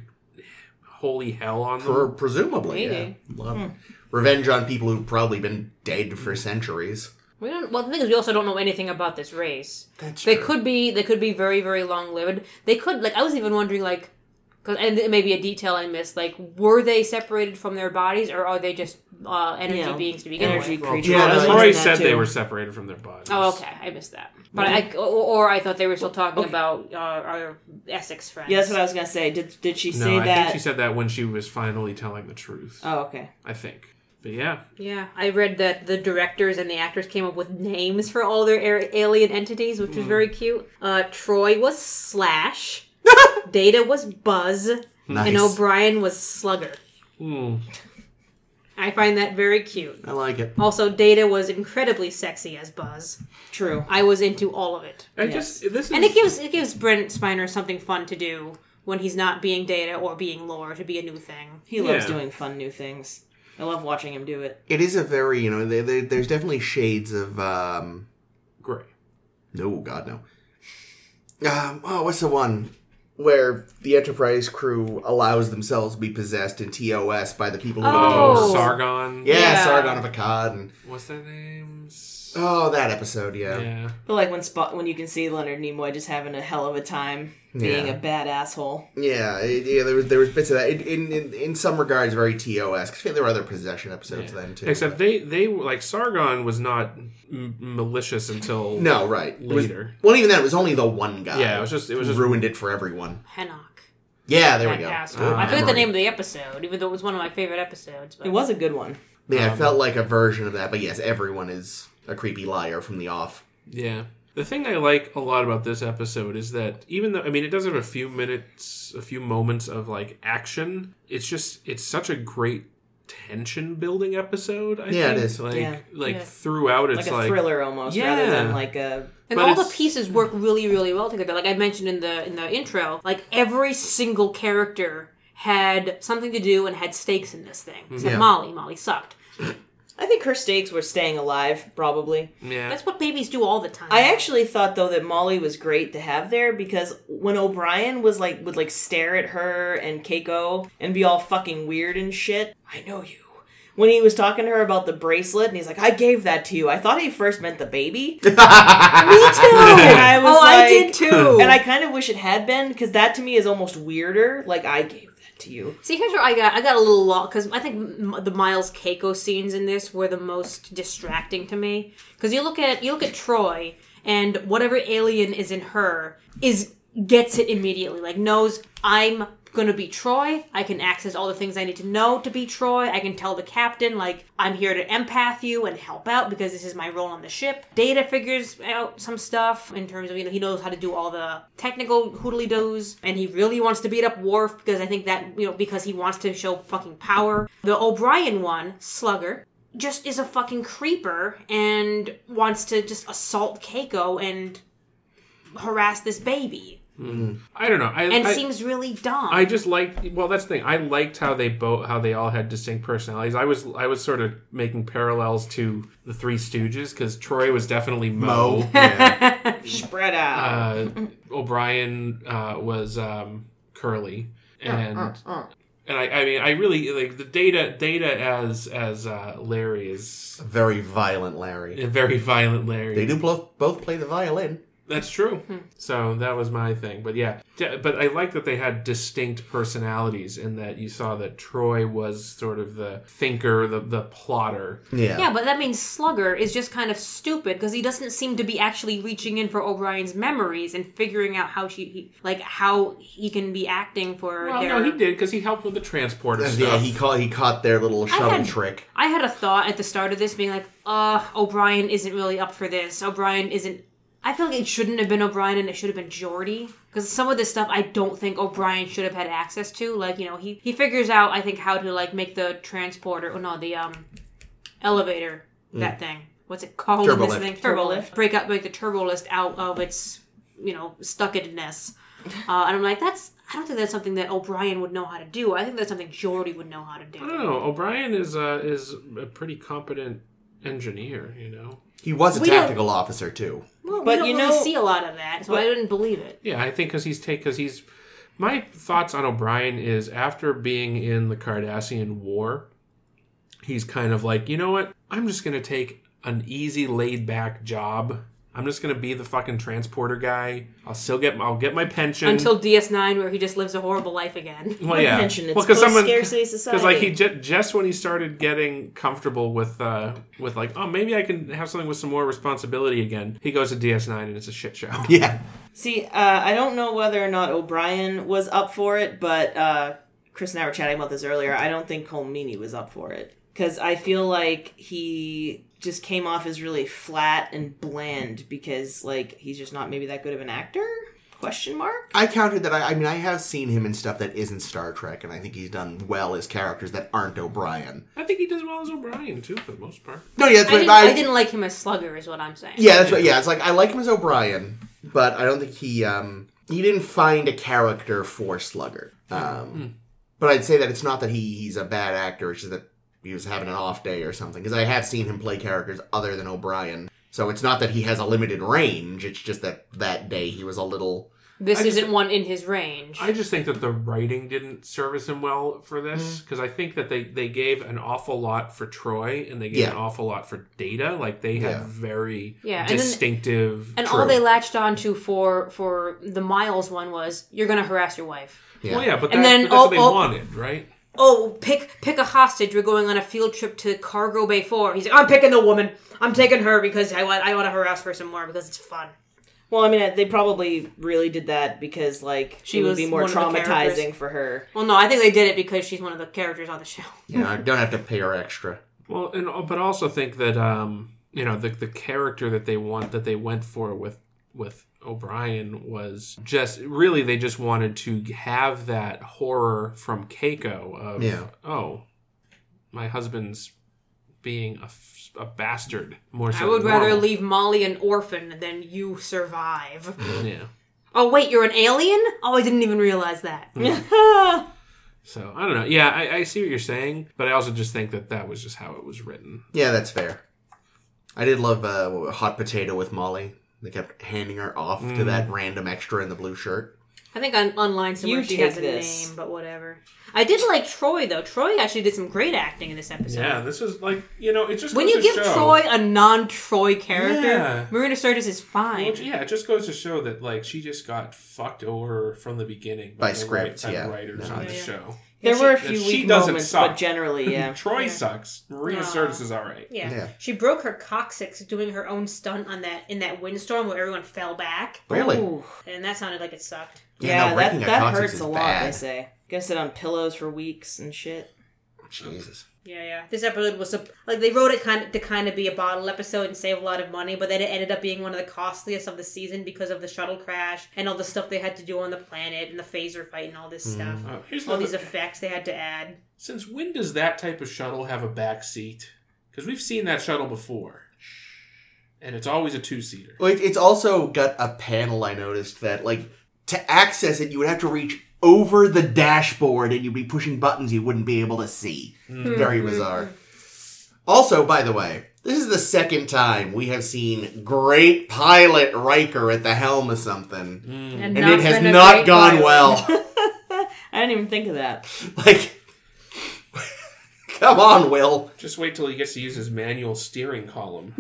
Speaker 4: holy hell on
Speaker 2: Pre-
Speaker 4: them?
Speaker 2: presumably,
Speaker 3: Mm. Maybe. Hmm.
Speaker 2: yeah. Love revenge on people who've probably been dead for centuries.
Speaker 3: We don't. Well, the thing is, we also don't know anything about this race.
Speaker 2: That's
Speaker 3: They
Speaker 2: true.
Speaker 3: could be. They could be very, very long lived. They could. Like I was even wondering, like, cause, and it may be a detail I missed. Like, were they separated from their bodies, or are they just uh, energy
Speaker 1: Yeah.
Speaker 3: beings to begin
Speaker 1: Energy
Speaker 3: with?
Speaker 1: creature.
Speaker 2: yeah,
Speaker 1: I was
Speaker 2: Troy
Speaker 1: wondering
Speaker 4: Troy
Speaker 1: that
Speaker 4: said they
Speaker 1: too.
Speaker 4: were separated from their bodies.
Speaker 3: Oh, okay. I missed that. But I, or, or I thought they were still talking about uh, our Essex friends.
Speaker 1: Yeah, that's what I was gonna say. Did did she
Speaker 4: No,
Speaker 1: say
Speaker 4: I
Speaker 1: that?
Speaker 4: think she said that when she was finally telling the truth.
Speaker 1: oh, okay.
Speaker 4: I think. But yeah,
Speaker 3: Yeah, I read that the directors and the actors came up with names for all their a- alien entities, which
Speaker 1: Hmm.
Speaker 3: was very cute. Uh, Troy was Slash, Data was Buzz, and
Speaker 2: Nice.
Speaker 3: O'Brien was Slugger.
Speaker 4: Hmm.
Speaker 3: I find that very cute.
Speaker 2: I like it.
Speaker 3: Also, Data was incredibly sexy as Buzz.
Speaker 1: True.
Speaker 3: I was into all of it,
Speaker 4: I
Speaker 1: Yes.
Speaker 4: just this is
Speaker 3: and it gives it gives Brent Spiner something fun to do when he's not being Data or being Lore to be a new thing.
Speaker 1: He loves
Speaker 4: Yeah.
Speaker 1: doing fun new things. I love watching him do it.
Speaker 2: It is a very, you know, there, there, there's definitely shades of, um,
Speaker 4: great.
Speaker 2: no, God, no. Um, oh, what's the one where the Enterprise crew allows themselves to be possessed in TOS by the people who
Speaker 3: Oh.
Speaker 4: Oh,
Speaker 2: own Sar-
Speaker 4: Sargon.
Speaker 2: yeah,
Speaker 3: Yeah.
Speaker 2: Sargon of Akkad, and
Speaker 4: What's their names?
Speaker 2: oh, that episode, yeah,
Speaker 4: Yeah.
Speaker 1: But like when Spot, when you can see Leonard Nimoy just having a hell of a time being
Speaker 2: Yeah.
Speaker 1: a bad asshole.
Speaker 2: yeah, it- yeah, there was there was bits of that in in, in, in some regards very TOS because there were other possession episodes then too.
Speaker 4: Except
Speaker 2: but-
Speaker 4: they they were like Sargon was not m- malicious until
Speaker 2: no, right, It was-
Speaker 4: later.
Speaker 2: well, even that it was only the one guy.
Speaker 4: Yeah, it was just- it was just-
Speaker 2: ruined it for everyone.
Speaker 3: Henoch.
Speaker 2: Yeah, there we
Speaker 3: that
Speaker 2: go.
Speaker 3: asshole.
Speaker 4: Ah.
Speaker 3: I forget the name of the episode, even though it was one of my favorite episodes. But
Speaker 1: It was a good one.
Speaker 2: Yeah,
Speaker 3: Um,
Speaker 2: I felt like a version of that, but yes, everyone is a creepy liar from the off.
Speaker 4: Yeah. The thing I like a lot about this episode is that even though I mean it does have a few minutes, a few moments of like action, it's just it's such a great tension building episode. I
Speaker 2: Yeah, it
Speaker 4: think.
Speaker 2: is.
Speaker 4: Like
Speaker 1: Yeah.
Speaker 4: like
Speaker 3: Yeah.
Speaker 4: throughout it's
Speaker 1: Like
Speaker 4: like,
Speaker 1: a thriller almost, rather
Speaker 4: Yeah.
Speaker 1: than like a.
Speaker 3: and
Speaker 4: But
Speaker 3: all the
Speaker 4: it's-
Speaker 3: pieces work really, really well together. Like I mentioned in the in the intro, like every single character had something to do and had stakes in this thing. Except
Speaker 2: Yeah.
Speaker 3: Molly, Molly sucked.
Speaker 1: I think her stakes were staying alive, probably.
Speaker 4: Yeah.
Speaker 3: That's what babies do all the time.
Speaker 1: I actually thought though that Molly was great to have there because when O'Brien was like would like stare at her and Keiko and be all fucking weird and shit. I know you. When he was talking to her about the bracelet and he's like, "I gave that to you." I thought he first meant the baby. Me too. And I was
Speaker 3: oh, I
Speaker 1: like-
Speaker 3: did too.
Speaker 1: And I kind of wish it had been because that to me is almost weirder. Like I gave that to you.
Speaker 3: See, here's where I got I got a little lost because I think m- the Miles Keiko scenes in this were the most distracting to me. Because you look at you look at Troy and whatever alien is in her is gets it immediately. Like knows I'm gonna be Troy. I can access all the things I need to know to be Troy. I can tell the captain like I'm here to empath you and help out because this is my role on the ship. Data figures out some stuff in terms of you know he knows how to do all the technical hoodly doos and he really wants to beat up Worf because I think that you know because he wants to show fucking power. The O'Brien one, Slugger, just is a fucking creeper and wants to just assault Keiko and harass this baby
Speaker 4: I don't know. I,
Speaker 3: and
Speaker 4: I,
Speaker 3: seems really dumb.
Speaker 4: I just liked. Well, that's the thing. I liked how they both how they all had distinct personalities. I was I was sort of making parallels to the Three Stooges because Troy was definitely Mo.
Speaker 2: Mo. Yeah.
Speaker 1: Spread out.
Speaker 4: Uh, O'Brien uh, was um, Curly, and and I, I mean I really like the data data as as uh, Larry is
Speaker 2: Very violent Larry.
Speaker 4: a very violent Larry.
Speaker 2: They do blo- both play the violin.
Speaker 4: That's true. So that was my thing. But yeah, D- but I like that they had distinct personalities in that you saw that Troy was sort of the thinker, the the plotter.
Speaker 2: Yeah.
Speaker 3: Yeah, but that means Slugger is just kind of stupid because he doesn't seem to be actually reaching in for O'Brien's memories and figuring out how she, he, like, how he can be acting for
Speaker 4: Well,
Speaker 3: their.
Speaker 4: no, he did because he helped with the transporter stuff.
Speaker 2: Yeah, he caught he caught their little shuttle
Speaker 3: had-
Speaker 2: trick.
Speaker 3: I had a thought at the start of this being like, uh, O'Brien isn't really up for this. O'Brien isn't. I feel like it shouldn't have been O'Brien and it should have been Jordy. Because some of this stuff I don't think O'Brien should have had access to. Like, you know, he, he figures out, I think, how to, like, make the transporter, oh no, the um elevator, that thing. What's it called?
Speaker 2: Mm. Turbo
Speaker 3: this
Speaker 2: lift.
Speaker 3: thing? Turbo
Speaker 1: Turbo
Speaker 3: lift.
Speaker 1: lift.
Speaker 3: Break up, break the turbo lift out of its, you know, stuckedness. Uh, and I'm like, that's, I don't think that's something that O'Brien would know how to do. I think that's something Jordy would know how to do.
Speaker 4: I don't know. O'Brien is a is a pretty competent engineer. You know.
Speaker 2: He was a
Speaker 3: We don't-
Speaker 2: tactical officer too.
Speaker 3: Well,
Speaker 1: But
Speaker 3: we don't
Speaker 1: you
Speaker 3: really
Speaker 1: know-
Speaker 3: see a lot of that, so I didn't believe it.
Speaker 4: Yeah, I think because he's take because he's. My thoughts on O'Brien is after being in the Cardassian War, he's kind of like, you know what? I'm just gonna take an easy, laid back job. I'm just gonna be the fucking transporter guy. I'll still get I'll get my pension
Speaker 3: Until DS9, where he just lives a horrible life again.
Speaker 4: well, yeah.
Speaker 1: pension, it's
Speaker 4: Well, 'cause someone-
Speaker 1: post-scarcity
Speaker 4: Because like he
Speaker 1: society.
Speaker 4: ju- just when he started getting comfortable with uh with like oh maybe I can have something with some more responsibility again, he goes to DS9 and it's a shit show.
Speaker 2: Yeah.
Speaker 1: See, uh, I don't know whether or not O'Brien was up for it, but uh, Chris and I were chatting about this earlier. I don't think Colmini was up for it because I feel like he just came off as really flat and bland because like he's just not maybe that good of an actor. Question mark.
Speaker 2: I counted that. I, I mean, I have seen him in stuff that isn't Star Trek, and I think he's done well as characters that aren't O'Brien.
Speaker 4: I think he does well as O'Brien too for the most part.
Speaker 2: No, yeah, that's
Speaker 3: I
Speaker 2: what
Speaker 3: didn't,
Speaker 2: I,
Speaker 3: I didn't like him as Slugger, is what I'm saying.
Speaker 2: Yeah, that's what. Yeah, it's like I like him as O'Brien, but I don't think he um he didn't find a character for Slugger. Um,
Speaker 4: Hmm.
Speaker 2: but I'd say that it's not that he he's a bad actor; it's just that he was having an off day or something. Because I have seen him play characters other than O'Brien, so it's not that he has a limited range. It's just that that day he was a little.
Speaker 3: This
Speaker 4: I just-
Speaker 3: isn't one in his range.
Speaker 4: I just think that the writing didn't service him well for
Speaker 2: Mm.
Speaker 4: this because I think that they, they gave an awful lot for Troy and they gave an
Speaker 2: Yeah.
Speaker 4: awful lot for Data. Like they had
Speaker 2: Yeah.
Speaker 4: very
Speaker 3: Yeah, and then-
Speaker 4: distinctive.
Speaker 3: and
Speaker 2: True.
Speaker 3: all they latched onto for for the Miles one was you're gonna harass your wife.
Speaker 2: Yeah.
Speaker 4: well, yeah, but,
Speaker 3: And
Speaker 4: that-
Speaker 3: then
Speaker 4: but that's what
Speaker 3: O-
Speaker 4: they
Speaker 3: O-
Speaker 4: wanted, right?
Speaker 3: Oh, pick pick a hostage. We're going on a field trip to Cargo Bay Four. He's like, I'm picking the woman. I'm taking her because I want I want to harass her some more because it's fun.
Speaker 1: Well, I mean, they probably really did that because like
Speaker 3: She
Speaker 1: she would
Speaker 3: was
Speaker 1: be more
Speaker 3: one of the
Speaker 1: traumatizing
Speaker 3: characters.
Speaker 1: for her.
Speaker 3: Well, no, I think they did it because she's one of the characters on the show.
Speaker 2: You know, I don't have to pay her extra.
Speaker 4: Well, and uh, but also think that um, you know the the character that they want that they went for with with O'Brien was just really they just wanted to have that horror from Keiko of
Speaker 2: Yeah.
Speaker 4: oh my husband's being a, f- a bastard more so
Speaker 3: I would
Speaker 4: than
Speaker 3: rather
Speaker 4: normal.
Speaker 3: leave Molly an orphan than you survive.
Speaker 4: yeah
Speaker 3: Oh wait, you're an alien? Oh, I didn't even realize that.
Speaker 4: So I don't know. Yeah, I, I see what you're saying, but I also just think that that was just how it was written.
Speaker 2: Yeah, that's fair. I did love uh, hot potato with Molly. They kept handing her off
Speaker 4: Hmm.
Speaker 2: to that random extra in the blue shirt.
Speaker 3: I think on online somewhere
Speaker 1: You
Speaker 3: she
Speaker 1: take
Speaker 3: has a
Speaker 1: this.
Speaker 3: name, but whatever. I did like Troy though. Troy actually did some great acting in this episode.
Speaker 4: Yeah, this is like you know, it just
Speaker 3: When
Speaker 4: goes
Speaker 3: you
Speaker 4: to
Speaker 3: give
Speaker 4: show-
Speaker 3: Troy a non-Troy character,
Speaker 4: Yeah.
Speaker 3: Marina Sirtis is fine.
Speaker 4: Well, yeah, it just goes to show that like she just got fucked over from the beginning
Speaker 2: By
Speaker 4: the
Speaker 2: scripts,
Speaker 4: wri- by the
Speaker 2: yeah.
Speaker 4: writers
Speaker 2: No,
Speaker 4: on the
Speaker 3: yeah.
Speaker 4: show.
Speaker 1: There were a
Speaker 4: she-
Speaker 1: few
Speaker 4: she
Speaker 1: weak
Speaker 4: doesn't
Speaker 1: moments,
Speaker 4: suck.
Speaker 1: but generally, yeah.
Speaker 4: Troy
Speaker 3: Yeah.
Speaker 4: sucks. Marina
Speaker 3: Aw.
Speaker 4: Sirtis is all right.
Speaker 3: Yeah.
Speaker 2: Yeah.
Speaker 3: she broke her coccyx doing her own stunt on that in that windstorm where everyone fell back,
Speaker 2: Really?
Speaker 1: Ooh.
Speaker 3: and that sounded like it sucked.
Speaker 1: Yeah,
Speaker 2: no,
Speaker 1: that,
Speaker 2: breaking a
Speaker 1: that
Speaker 2: coccyx
Speaker 1: hurts
Speaker 2: is
Speaker 1: a lot,
Speaker 2: bad.
Speaker 1: I say. Gonna sit on pillows for weeks and shit.
Speaker 2: Jesus.
Speaker 3: Yeah, yeah. This episode was sup- like they wrote it kind of to kind of be a bottle episode and save a lot of money, but then it ended up being one of the costliest of the season because of the shuttle crash and all the stuff they had to do on the planet and the phaser fight and all this
Speaker 2: Mm.
Speaker 3: stuff.
Speaker 4: Oh, here's
Speaker 3: All
Speaker 4: another-
Speaker 3: these effects they had to add.
Speaker 4: Since when does that type of shuttle have a back seat? Because we've seen that shuttle before, and it's always a two-seater.
Speaker 2: Well, it, it's also got a panel. I noticed that, like, to access it, you would have to reach over the dashboard, and you'd be pushing buttons you wouldn't be able to see.
Speaker 3: Hmm.
Speaker 2: Very bizarre. Also, by the way, this is the second time we have seen great pilot Riker at the helm of something, and
Speaker 3: not
Speaker 2: it has
Speaker 3: been a
Speaker 2: not
Speaker 3: great
Speaker 2: gone
Speaker 3: pilot.
Speaker 2: well.
Speaker 1: I didn't even think of that.
Speaker 2: like, come on, Will.
Speaker 4: Just wait till he gets to use his manual steering column.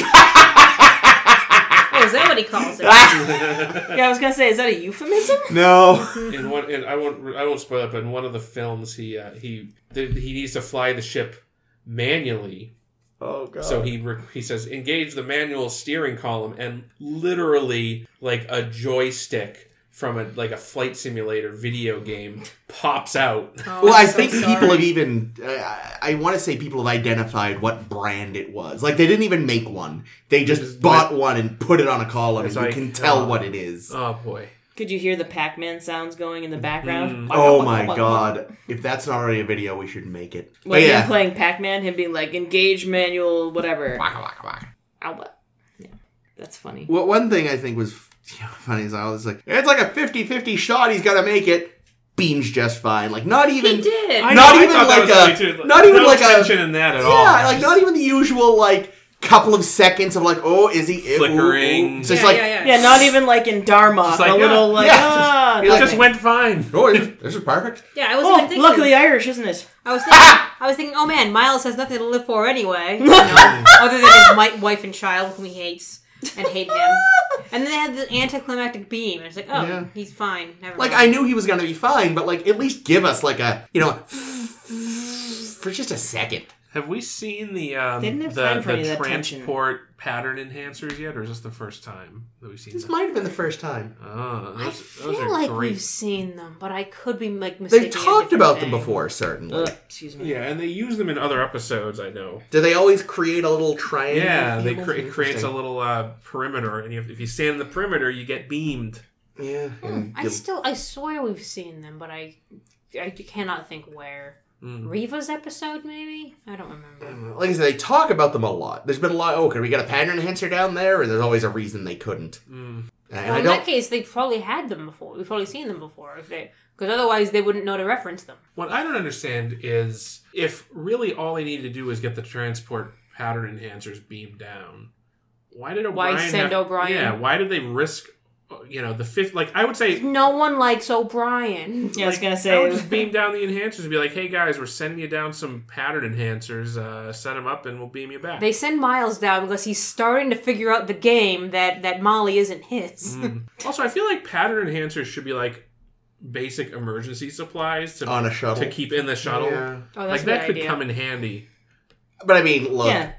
Speaker 3: Oh, is that what he calls it?
Speaker 2: Ah,
Speaker 1: Yeah, I was gonna say, is that a euphemism?
Speaker 2: No.
Speaker 4: in one, and I won't, I won't spoil it, but in one of the films, he uh, he th- he needs to fly the ship manually.
Speaker 2: Oh god.
Speaker 4: So he re- he says engage the manual steering column, and literally like a joystick from a like a flight simulator video game pops out.
Speaker 3: Oh,
Speaker 2: Well, I
Speaker 3: I'm so
Speaker 2: think people
Speaker 3: sorry.
Speaker 2: have even. Uh, I- I want to say people have identified what brand it was. Like they didn't even make one; they just,
Speaker 4: Just
Speaker 2: bought one and put it on a column, and
Speaker 4: It's
Speaker 2: you
Speaker 4: like,
Speaker 2: can tell
Speaker 4: uh,
Speaker 2: what it is.
Speaker 4: Oh boy.
Speaker 1: Could you hear the Pac-Man sounds going in the
Speaker 4: Mm.
Speaker 1: background?
Speaker 2: oh my god! If that's not already a video, we should make it. But
Speaker 1: Like him
Speaker 2: yeah,
Speaker 1: playing Pac-Man, him being like engage manual, whatever.
Speaker 2: Waka, waka, waka.
Speaker 1: Ow, what? Yeah, that's funny.
Speaker 2: Well, one thing I think was you know, funny is I was like, it's like a 50-50 shot. He's got to make it. Beams just fine. Like not even.
Speaker 3: He did.
Speaker 2: I- Not even
Speaker 4: thought that
Speaker 2: like
Speaker 4: was
Speaker 2: a-
Speaker 4: funny, too.
Speaker 2: not even
Speaker 4: no
Speaker 2: like a-
Speaker 4: tension in that at all.
Speaker 2: Yeah, like not even the usual like couple of seconds of like, oh, is he ooh, ooh, ooh.
Speaker 4: Flickering.
Speaker 2: It's just
Speaker 3: Yeah,
Speaker 2: like
Speaker 3: yeah, yeah.
Speaker 1: Yeah, not even like in Dharma,
Speaker 4: Just like,
Speaker 1: a
Speaker 4: yeah.
Speaker 1: little like
Speaker 2: Yeah.
Speaker 1: ah.
Speaker 2: You're
Speaker 4: it
Speaker 1: nothing.
Speaker 4: just went fine.
Speaker 2: oh, this this is perfect.
Speaker 3: Yeah, I was even
Speaker 1: oh,
Speaker 3: thinking.
Speaker 1: luckily Irish, isn't it?
Speaker 3: I was thinking. I was thinking. Oh man, Miles has nothing to live for anyway, you know, other than his mi- wife and child, whom he hates and hate him. And then they had the anticlimactic beam. And it's like, oh,
Speaker 2: Yeah.
Speaker 3: he's fine. Never
Speaker 2: Like I
Speaker 3: mind.
Speaker 2: knew he was gonna be fine, but like at least give us like a you know for just a second.
Speaker 4: Have we seen the um,
Speaker 1: They didn't have
Speaker 4: the,
Speaker 1: time for any
Speaker 4: the
Speaker 1: of that tension.
Speaker 4: transport pattern enhancers yet, or is this the first time that we've seen
Speaker 2: This
Speaker 4: that?
Speaker 2: might have been the first time.
Speaker 4: Oh,
Speaker 3: I
Speaker 4: those, those
Speaker 3: feel
Speaker 4: are
Speaker 3: like
Speaker 4: great.
Speaker 3: we've seen them, but I could be like mistaken.
Speaker 2: They've talked about them before, certainly.
Speaker 1: Ugh, excuse me.
Speaker 4: Yeah, and they use them in other episodes. I know.
Speaker 2: Do they always create a little triangle?
Speaker 4: Yeah, they
Speaker 2: thing?
Speaker 4: cre- it creates a
Speaker 2: Interesting.
Speaker 4: little uh, perimeter, and if, if you stand in the perimeter, you get beamed.
Speaker 2: Yeah. and
Speaker 3: I
Speaker 2: you'll-
Speaker 3: still, I swear we've seen them, but I, I cannot think where.
Speaker 4: Mm.
Speaker 3: Riva's episode, maybe? I don't remember.
Speaker 2: like I said, they talk about them a lot. There's been a lot. Oh, could we get a pattern enhancer down there? And there's always a reason they couldn't.
Speaker 4: Mm.
Speaker 2: And
Speaker 3: Well,
Speaker 2: I
Speaker 3: in
Speaker 2: don't.
Speaker 3: that case, they probably had them before. We've probably seen them before, if they, because otherwise they wouldn't know to reference them.
Speaker 4: What I don't understand is if really all they needed to do was get the transport pattern enhancers beamed down. Why did
Speaker 3: Why
Speaker 4: O'Brien
Speaker 3: send
Speaker 4: have-
Speaker 3: O'Brien?
Speaker 4: Yeah, why did they risk? uh, You know, the fifth. Like I would say.
Speaker 3: No one likes O'Brien.
Speaker 1: Yeah, I was
Speaker 4: like,
Speaker 1: gonna
Speaker 4: I
Speaker 1: say.
Speaker 4: would just beam down the enhancers and be like, "Hey guys, we're sending you down some pattern enhancers. Uh, set them up, and we'll beam you back."
Speaker 3: They send Miles down because he's starting to figure out the game that that Molly isn't his.
Speaker 4: Mm. also, I feel like pattern enhancers should be like basic emergency supplies to
Speaker 2: On a shuttle.
Speaker 4: to keep in the shuttle.
Speaker 2: Yeah.
Speaker 3: Oh,
Speaker 4: Like
Speaker 3: that's a
Speaker 4: that
Speaker 3: good
Speaker 4: could
Speaker 3: idea.
Speaker 4: come in handy.
Speaker 2: But I mean, look.
Speaker 1: yeah,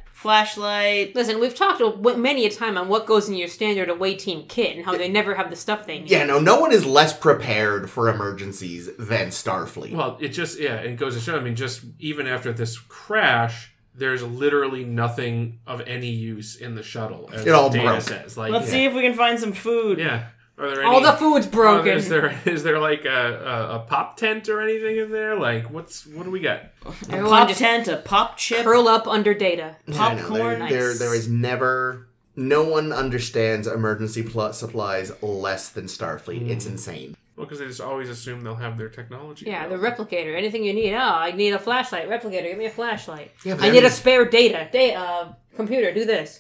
Speaker 1: flashlight.
Speaker 3: Listen, we've talked a- w- many a time on what goes in your standard away team kit and how they never have the stuff they need.
Speaker 2: Yeah, no, no one is less prepared for emergencies than Starfleet.
Speaker 4: Well, it just yeah, it goes to show. I mean, just even after this crash, there's literally nothing of any use in the shuttle. As
Speaker 2: It all
Speaker 4: data
Speaker 2: broke.
Speaker 4: says. Like,
Speaker 1: Let's
Speaker 4: yeah.
Speaker 1: see if we can find some food.
Speaker 4: Yeah. Are there
Speaker 3: All
Speaker 4: any, uh,
Speaker 3: the food's broken.
Speaker 4: Is there is there like a, a, a pop tent or anything in there? Like what's what do we got?
Speaker 1: A
Speaker 3: Everyone
Speaker 1: pop
Speaker 3: just
Speaker 1: tent, a pop chip.
Speaker 3: curl up under data.
Speaker 2: I know,
Speaker 1: popcorn.
Speaker 2: there, there,
Speaker 3: Nice.
Speaker 2: there is never. No one understands emergency pl- supplies less than Starfleet. It's insane.
Speaker 4: Well, because they just always assume they'll have their technology.
Speaker 3: Yeah, the
Speaker 4: available.
Speaker 3: replicator. Anything you need. Oh, I need a flashlight. Replicator, give me a flashlight.
Speaker 2: Yeah, but
Speaker 3: I
Speaker 2: that
Speaker 3: need a
Speaker 2: means-
Speaker 3: spare data. Data. Uh, computer, do this.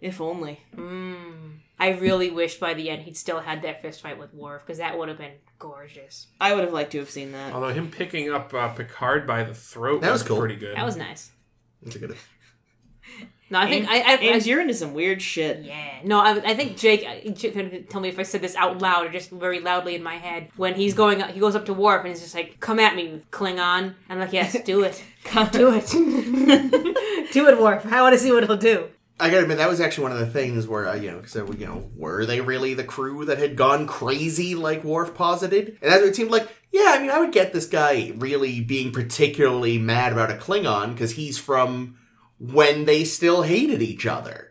Speaker 1: If only.
Speaker 3: I really wish by the end he'd still had that fist fight with Worf because that would have been gorgeous.
Speaker 1: I would have liked to have seen that.
Speaker 2: Oh.
Speaker 4: Although him picking up uh, Picard by the throat
Speaker 2: That was cool.
Speaker 4: pretty good.
Speaker 3: That was nice.
Speaker 2: That's a good.
Speaker 3: No, I think I, I, I
Speaker 1: Ames, you're into some weird shit.
Speaker 3: yeah. No, I, I think Jake. uh, Jake could Tell me if I said this out loud or just very loudly in my head. When he's going, up, he goes up to Worf and he's just like, "Come at me, Klingon." I'm like, "Yes, do it, do it, do it, Worf. I want to see what he'll do."
Speaker 2: I gotta admit that was actually one of the things where uh, you know, because you know, were they really the crew that had gone crazy like Worf posited? And that's what it seemed like. Yeah, I mean, I would get this guy really being particularly mad about a Klingon because he's from when they still hated each other.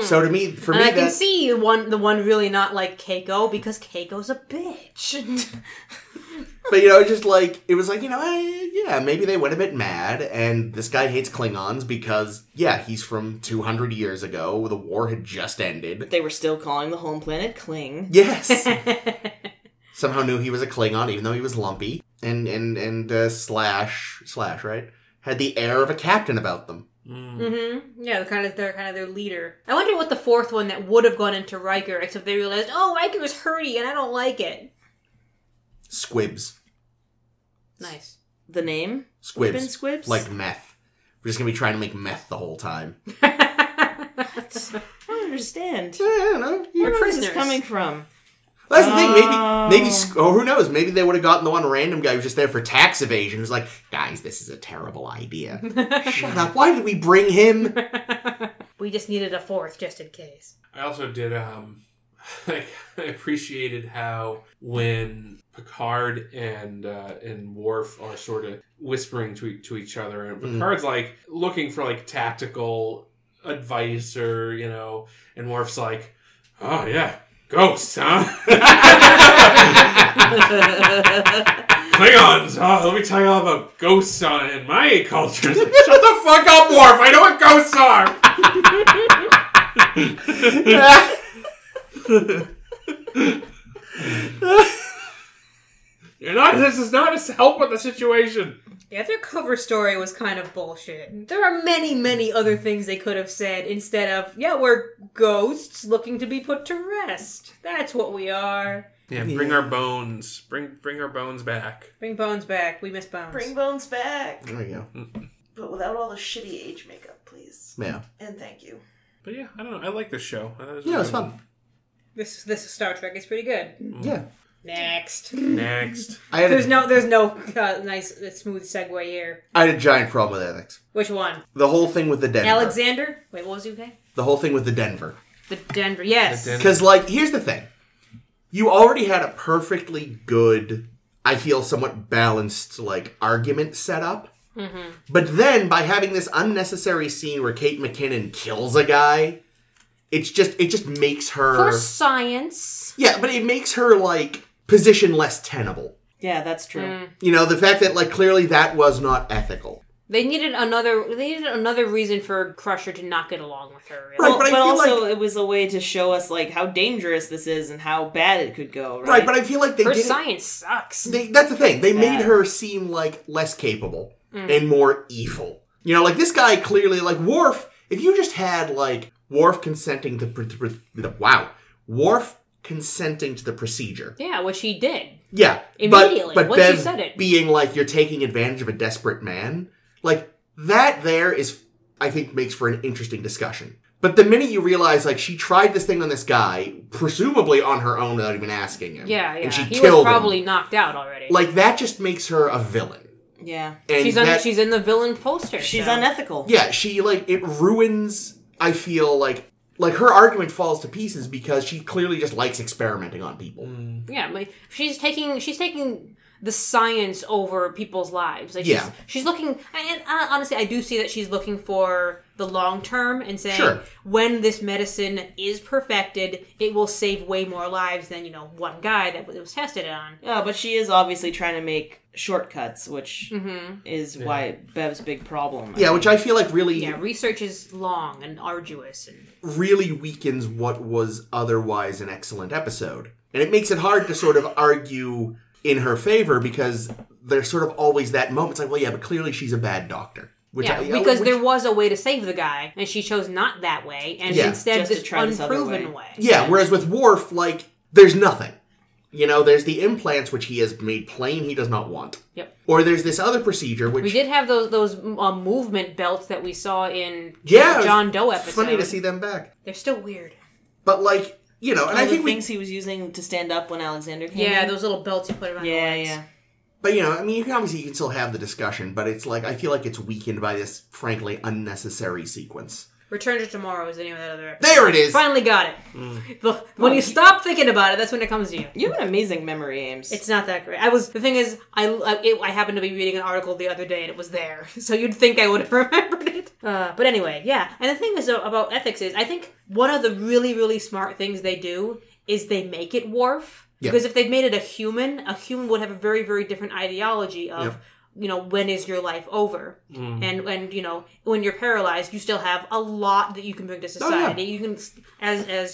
Speaker 2: So to me, for
Speaker 3: Hmm. And
Speaker 2: me,
Speaker 3: I can
Speaker 2: that
Speaker 3: see the one, the one really not like Keiko because Keiko's a bitch.
Speaker 2: But you know, just like it was like you know, eh, yeah, maybe they went a bit mad, and this guy hates Klingons because yeah, he's from two hundred years ago. The war had just ended.
Speaker 1: They were still calling the home planet Kling.
Speaker 2: Yes, somehow knew he was a Klingon, even though he was lumpy and and and uh, slash slash right had the air of a captain about them.
Speaker 4: Mm.
Speaker 3: Mm-hmm. Yeah, they're kind of they're kind of their leader. I wonder what the fourth one that would have gone into Riker, except they realized, oh, Riker is hurdy, and I don't like it.
Speaker 2: Squibs,
Speaker 3: Nice.
Speaker 1: The name?
Speaker 2: squibs,
Speaker 1: Been squibs?
Speaker 2: like meth. We're just gonna be trying to make meth the whole time.
Speaker 1: I don't understand.
Speaker 2: Yeah, Eh, I don't know. You
Speaker 1: Where
Speaker 2: know,
Speaker 1: is this
Speaker 3: prisoners.
Speaker 1: coming from?
Speaker 2: That's the thing.
Speaker 1: Oh.
Speaker 2: Maybe, maybe, sc- or who knows? Maybe they would have gotten the one random guy who's just there for tax evasion. Who's like, guys, this is a terrible idea. Shut up! Why did we bring him?
Speaker 3: we just needed a fourth just in case.
Speaker 4: I also did. Um, like, I appreciated how when Picard and uh, and Worf are sort of whispering to e, to each other, and
Speaker 2: Mm.
Speaker 4: Picard's like looking for like tactical advice or you know, and Worf's like, "Oh yeah, ghosts, huh? Klingons. Oh, let me tell you all about ghosts on in my culture. It's like, Shut the fuck up, Worf. I know what ghosts are." You're not. This is not a help with the situation.
Speaker 3: Yeah, their cover story was kind of bullshit. There are many, many other things they could have said instead of, yeah, we're ghosts looking to be put to rest. That's what we are.
Speaker 4: Yeah, bring our bones. Bring bring our bones back.
Speaker 3: Bring Bones back. We miss Bones.
Speaker 5: Bring bones back,
Speaker 2: there you go.
Speaker 5: but without all the shitty age makeup, please.
Speaker 2: Yeah,
Speaker 5: And thank you.
Speaker 4: But yeah, I don't know. I like this show. I thought it was
Speaker 2: yeah, it was
Speaker 4: good.
Speaker 2: fun.
Speaker 3: this this Star Trek is pretty good.
Speaker 2: Yeah,
Speaker 3: Next.
Speaker 4: Next,
Speaker 2: I had
Speaker 3: There's
Speaker 2: a,
Speaker 3: no, there's no uh, nice, uh, smooth segue here.
Speaker 2: I had a giant problem with ethics.
Speaker 3: Which one?
Speaker 2: The whole thing with the Denver.
Speaker 3: Alexander? Wait, what was you okay?
Speaker 2: The whole thing with the Denver.
Speaker 3: The Denver. Yes.
Speaker 4: The Den-
Speaker 2: Because, like, here's the thing. You already had a perfectly good, I feel somewhat balanced, like, argument set up. But then, by having this unnecessary scene where Kate McKinnon kills a guy, it's just, it just makes her.
Speaker 3: For science.
Speaker 2: Yeah, but it makes her, like, position less tenable.
Speaker 1: Yeah, that's true.
Speaker 5: Mm.
Speaker 2: You know, the fact that, like, clearly that was not ethical.
Speaker 3: They needed another. They needed another reason for Crusher to not get along with her. Really.
Speaker 2: Right,
Speaker 1: Well,
Speaker 2: but I
Speaker 1: but,
Speaker 2: feel
Speaker 1: also
Speaker 2: like-
Speaker 1: it was a way to show us like how dangerous this is and how bad it could go, right?
Speaker 2: Right, but I feel like they
Speaker 3: Her
Speaker 2: didn't.
Speaker 3: science sucks.
Speaker 2: they, that's the thing. They made
Speaker 1: bad.
Speaker 2: her seem like less capable and more evil. You know, like this guy clearly, like Worf. If you just had like Worf consenting to, pr- to pr- the wow, Worf consenting to the procedure.
Speaker 3: yeah, which he did.
Speaker 2: Yeah,
Speaker 3: Immediately,
Speaker 2: But, but
Speaker 3: once you
Speaker 2: Bev
Speaker 3: said it.
Speaker 2: being like you're taking advantage of a desperate man, like that there is, I think, makes for an interesting discussion. But the minute you realize, like, she tried this thing on this guy, presumably on her own without even asking him.
Speaker 3: Yeah, yeah.
Speaker 2: And she
Speaker 3: he
Speaker 2: killed
Speaker 3: was
Speaker 2: him.
Speaker 3: probably knocked out already.
Speaker 2: Like that just makes her a villain.
Speaker 1: yeah,
Speaker 2: And
Speaker 3: she's on,
Speaker 2: that-
Speaker 3: she's in the villain poster.
Speaker 1: she's
Speaker 3: so.
Speaker 1: unethical.
Speaker 2: yeah, she like it ruins. I feel like like her argument falls to pieces because she clearly just likes experimenting on people.
Speaker 3: Yeah, like she's taking she's taking the science over people's lives. Like
Speaker 2: Yeah.
Speaker 3: she's, she's looking and uh, honestly I do see that she's looking for the long term and saying
Speaker 2: Sure.
Speaker 3: when this medicine is perfected, it will save way more lives than, you know, one guy that it was tested on.
Speaker 1: Yeah, but she is obviously trying to make shortcuts, which
Speaker 3: Mm-hmm.
Speaker 1: is why Bev's big problem.
Speaker 2: Yeah, which I feel like really
Speaker 3: Yeah, research is long and arduous and
Speaker 2: really weakens what was otherwise an excellent episode. And it makes it hard to sort of argue in her favor because there's sort of always that moment. It's like, well, yeah, but clearly she's a bad doctor. Which
Speaker 3: yeah,
Speaker 2: I-
Speaker 3: because
Speaker 2: which-
Speaker 3: there was a way to save the guy, and she chose not that way, and
Speaker 2: Yeah.
Speaker 3: instead
Speaker 1: Just to
Speaker 3: this
Speaker 1: try this other
Speaker 3: unproven way.
Speaker 1: way.
Speaker 2: Yeah, whereas with Worf, like, there's nothing. You know, there's the implants, which he has made plain he does not want.
Speaker 3: Yep.
Speaker 2: Or there's this other procedure, which.
Speaker 3: We did have those those um, movement belts that we saw in
Speaker 2: yeah, it was
Speaker 3: John Doe episode.
Speaker 2: Funny to see them back.
Speaker 3: They're still weird.
Speaker 2: But, like, you know, and I
Speaker 1: the
Speaker 2: think we
Speaker 1: things he was using to stand up when Alexander came.
Speaker 3: Yeah,
Speaker 1: in.
Speaker 3: those little belts you put around. your
Speaker 1: yeah,
Speaker 3: legs.
Speaker 1: yeah.
Speaker 2: But you know, I mean, you can obviously you can still have the discussion, but it's like I feel like it's weakened by this frankly unnecessary sequence.
Speaker 3: Return to Tomorrow is the name of that other episode.
Speaker 2: There it is. Mm.
Speaker 3: Finally got it. The- when you stop thinking about it, that's when it comes to you.
Speaker 1: You have an amazing memory, Ames.
Speaker 3: It's not that great. I was the thing is, I I, it, I happened to be reading an article the other day and it was there, so you'd think I would have remembered it. Uh, but anyway, yeah. And the thing is though, about ethics is, I think one of the really really smart things they do is they make it Worf
Speaker 2: Yeah.
Speaker 3: because if they'd made it a human, a human would have a very very different ideology of.
Speaker 2: Yep.
Speaker 3: You know when is your life over,
Speaker 4: hmm.
Speaker 3: and and you know when you're paralyzed, you still have a lot that you can bring to
Speaker 2: yeah.
Speaker 3: society. You can, as as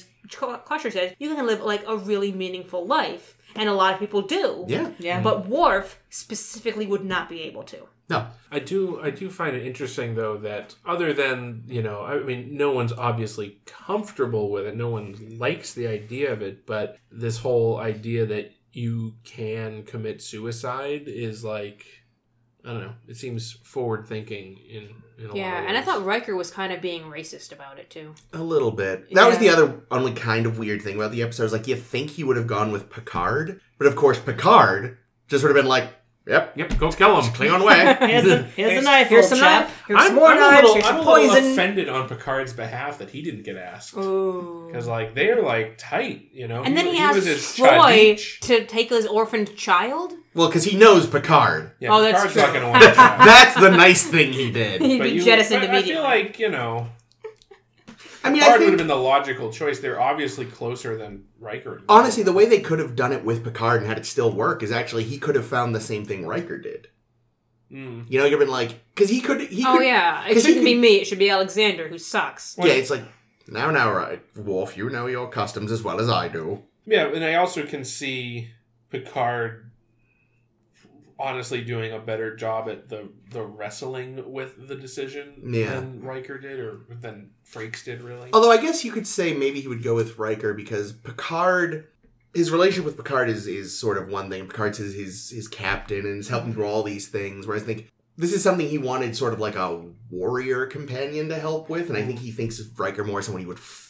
Speaker 3: Kosher says, you can live like a really meaningful life, and a lot of people do.
Speaker 2: Yeah.
Speaker 1: yeah.
Speaker 3: But Worf specifically would not be able to.
Speaker 2: No.
Speaker 4: I do I do find it interesting though that other than you know I mean no one's obviously comfortable with it no one likes the idea of it but this whole idea that you can commit suicide is like I don't know it seems forward thinking in in a lot
Speaker 3: Yeah,
Speaker 4: of
Speaker 3: and I
Speaker 4: ways.
Speaker 3: thought Riker was kind of being racist about it too.
Speaker 2: A little bit. That was the other only kind of weird thing about the episode. Is like you think he would have gone with Picard, but of course Picard just would have been like, "Yep,
Speaker 4: yep go kill him
Speaker 2: Klingon way."
Speaker 1: here's the, here's the knife.
Speaker 3: Here's
Speaker 1: old
Speaker 3: some
Speaker 1: chap.
Speaker 3: knife.
Speaker 1: Here's
Speaker 4: I'm,
Speaker 1: more
Speaker 4: I'm
Speaker 1: knives.
Speaker 4: a little,
Speaker 1: here's
Speaker 4: I'm
Speaker 1: some
Speaker 4: a little
Speaker 1: poison.
Speaker 4: offended on Picard's behalf that he didn't get asked
Speaker 3: Ooh.
Speaker 4: because like they're like tight you know
Speaker 3: And then he,
Speaker 4: was
Speaker 3: asked
Speaker 4: his
Speaker 3: Troy
Speaker 4: chadich.
Speaker 3: to take his orphaned child.
Speaker 2: well, because he knows Picard.
Speaker 4: yeah,
Speaker 3: Oh, that's
Speaker 4: Picard's
Speaker 3: true.
Speaker 4: not gonna want to
Speaker 2: That's the nice thing he did.
Speaker 3: He'd be jettisoned
Speaker 4: but
Speaker 3: immediately.
Speaker 4: I feel like you know,
Speaker 2: I mean, I
Speaker 4: Picard would have
Speaker 2: think
Speaker 4: been the logical choice. They're obviously closer than Riker.
Speaker 2: honestly, the way they could have done it with Picard and had it still work is actually he could have found the same thing Riker did.
Speaker 4: Mm.
Speaker 2: You know, you've been like, because he could. He
Speaker 3: oh
Speaker 2: could,
Speaker 3: yeah, it
Speaker 2: 'cause he
Speaker 3: shouldn't be
Speaker 2: could-
Speaker 3: me. It should be Alexander, who sucks.
Speaker 2: yeah, it's like now, now, right, Wolf. You know your customs as well as I do.
Speaker 4: yeah, and I also can see Picard honestly doing a better job at the the wrestling with the decision
Speaker 2: Yeah. Oh.
Speaker 4: than Riker did, or than Frakes did. Really,
Speaker 2: Although I guess you could say maybe he would go with Riker because Picard, his relationship with Picard is is sort of one thing. Picard's his his, his captain and is helping through all these things. Whereas I think this is something he wanted, sort of like a warrior companion to help with, and I think he thinks of Riker more as someone he would. F-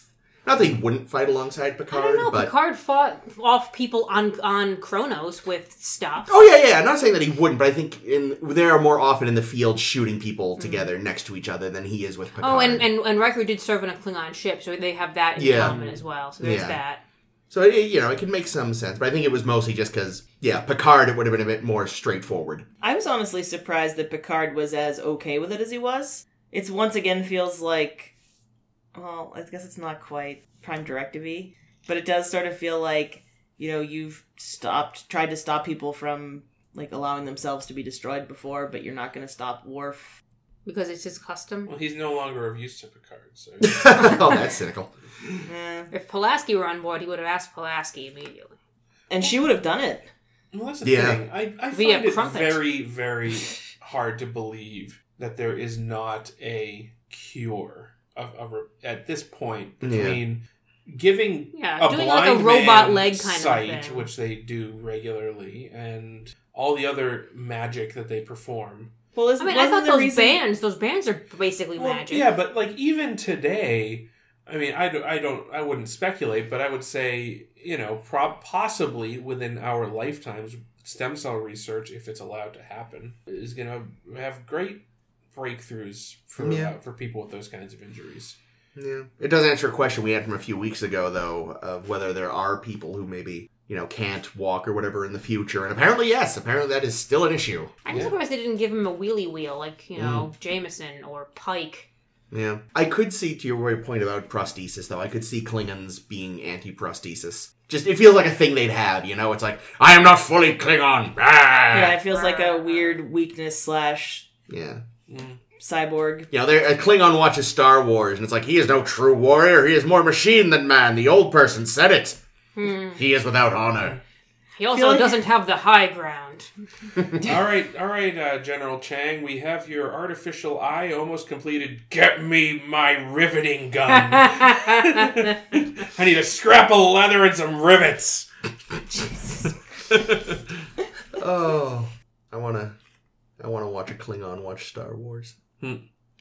Speaker 2: not that he wouldn't fight alongside Picard,
Speaker 3: I don't know.
Speaker 2: but
Speaker 3: Picard fought off people on on Kronos with stuff.
Speaker 2: Oh yeah, yeah. I'm not saying that he wouldn't, but I think in they are more often in the field shooting people together next to each other than he is with Picard.
Speaker 3: Mm-hmm. Oh, and, and and Riker did serve on a Klingon ship, so they have that in
Speaker 2: Yeah.
Speaker 3: common as well. So there's
Speaker 2: Yeah.
Speaker 3: that.
Speaker 2: so it, it, you know it can make some sense, but I think it was mostly just because yeah, Picard it would have been a bit more straightforward.
Speaker 1: I was honestly surprised that Picard was as okay with it as he was. It's once again feels like, well, I guess it's not quite prime directive but it does sort of feel like, you know, you've stopped, tried to stop people from like allowing themselves to be destroyed before, but you're not going to stop Worf.
Speaker 3: because it's his custom.
Speaker 4: well, he's no longer of use to Picard. So
Speaker 2: oh, that's cynical.
Speaker 1: Eh.
Speaker 3: If Pulaski were on board, he would have asked Pulaski immediately.
Speaker 1: And she would have done it.
Speaker 4: well, that's the
Speaker 2: Yeah.
Speaker 4: thing. I, I
Speaker 3: Via
Speaker 4: find it
Speaker 3: crumpet.
Speaker 4: very very hard to believe that there is not a cure of, of at this point
Speaker 2: Yeah.
Speaker 4: between giving
Speaker 3: Yeah,
Speaker 4: a
Speaker 3: Uh, doing like
Speaker 4: blind
Speaker 3: a robot
Speaker 4: man
Speaker 3: leg kind
Speaker 4: sight,
Speaker 3: of thing.
Speaker 4: which they do regularly, and all the other magic that they perform.
Speaker 1: Well,
Speaker 3: I
Speaker 1: isn't,
Speaker 3: mean, I
Speaker 1: wasn't
Speaker 3: thought
Speaker 1: the
Speaker 3: those
Speaker 1: reason-
Speaker 3: bands, those bands are basically
Speaker 4: Well,
Speaker 3: magic.
Speaker 4: yeah, but like even today, I mean, I, do, I don't, I wouldn't speculate, but I would say, you know, prob- possibly within our lifetimes, stem cell research, if it's allowed to happen, is going to have great breakthroughs for
Speaker 2: Yeah.
Speaker 4: uh, for people with those kinds of injuries.
Speaker 2: Yeah, it does answer a question we had from a few weeks ago though of whether there are people who maybe you know can't walk or whatever in the future, and apparently yes, apparently that is still an issue.
Speaker 3: I'm
Speaker 4: Yeah.
Speaker 3: surprised they didn't give him a wheelie wheel like you know
Speaker 2: Mm.
Speaker 3: Jameson or Pike.
Speaker 2: Yeah, I could see to your very point about prosthesis, though. I could see Klingons being anti-prosthesis. Just it feels like a thing they'd have, you know. It's like I am not fully Klingon. Ah!
Speaker 1: Yeah,
Speaker 2: Yeah,
Speaker 1: it feels like a weird weakness slash
Speaker 2: yeah.
Speaker 1: cyborg.
Speaker 2: You know, there- a Klingon watches Star Wars, and it's like he is no true warrior. He is more machine than man. The old person said it.
Speaker 1: Hmm.
Speaker 2: He is without honor.
Speaker 3: He also
Speaker 1: Feel like-
Speaker 3: doesn't have the high ground.
Speaker 4: all right, all right, uh, General Chang. We have your artificial eye almost completed. Get me my riveting gun. I need a scrap of leather and some rivets.
Speaker 2: Oh, I wanna, I wanna watch a Klingon watch Star Wars.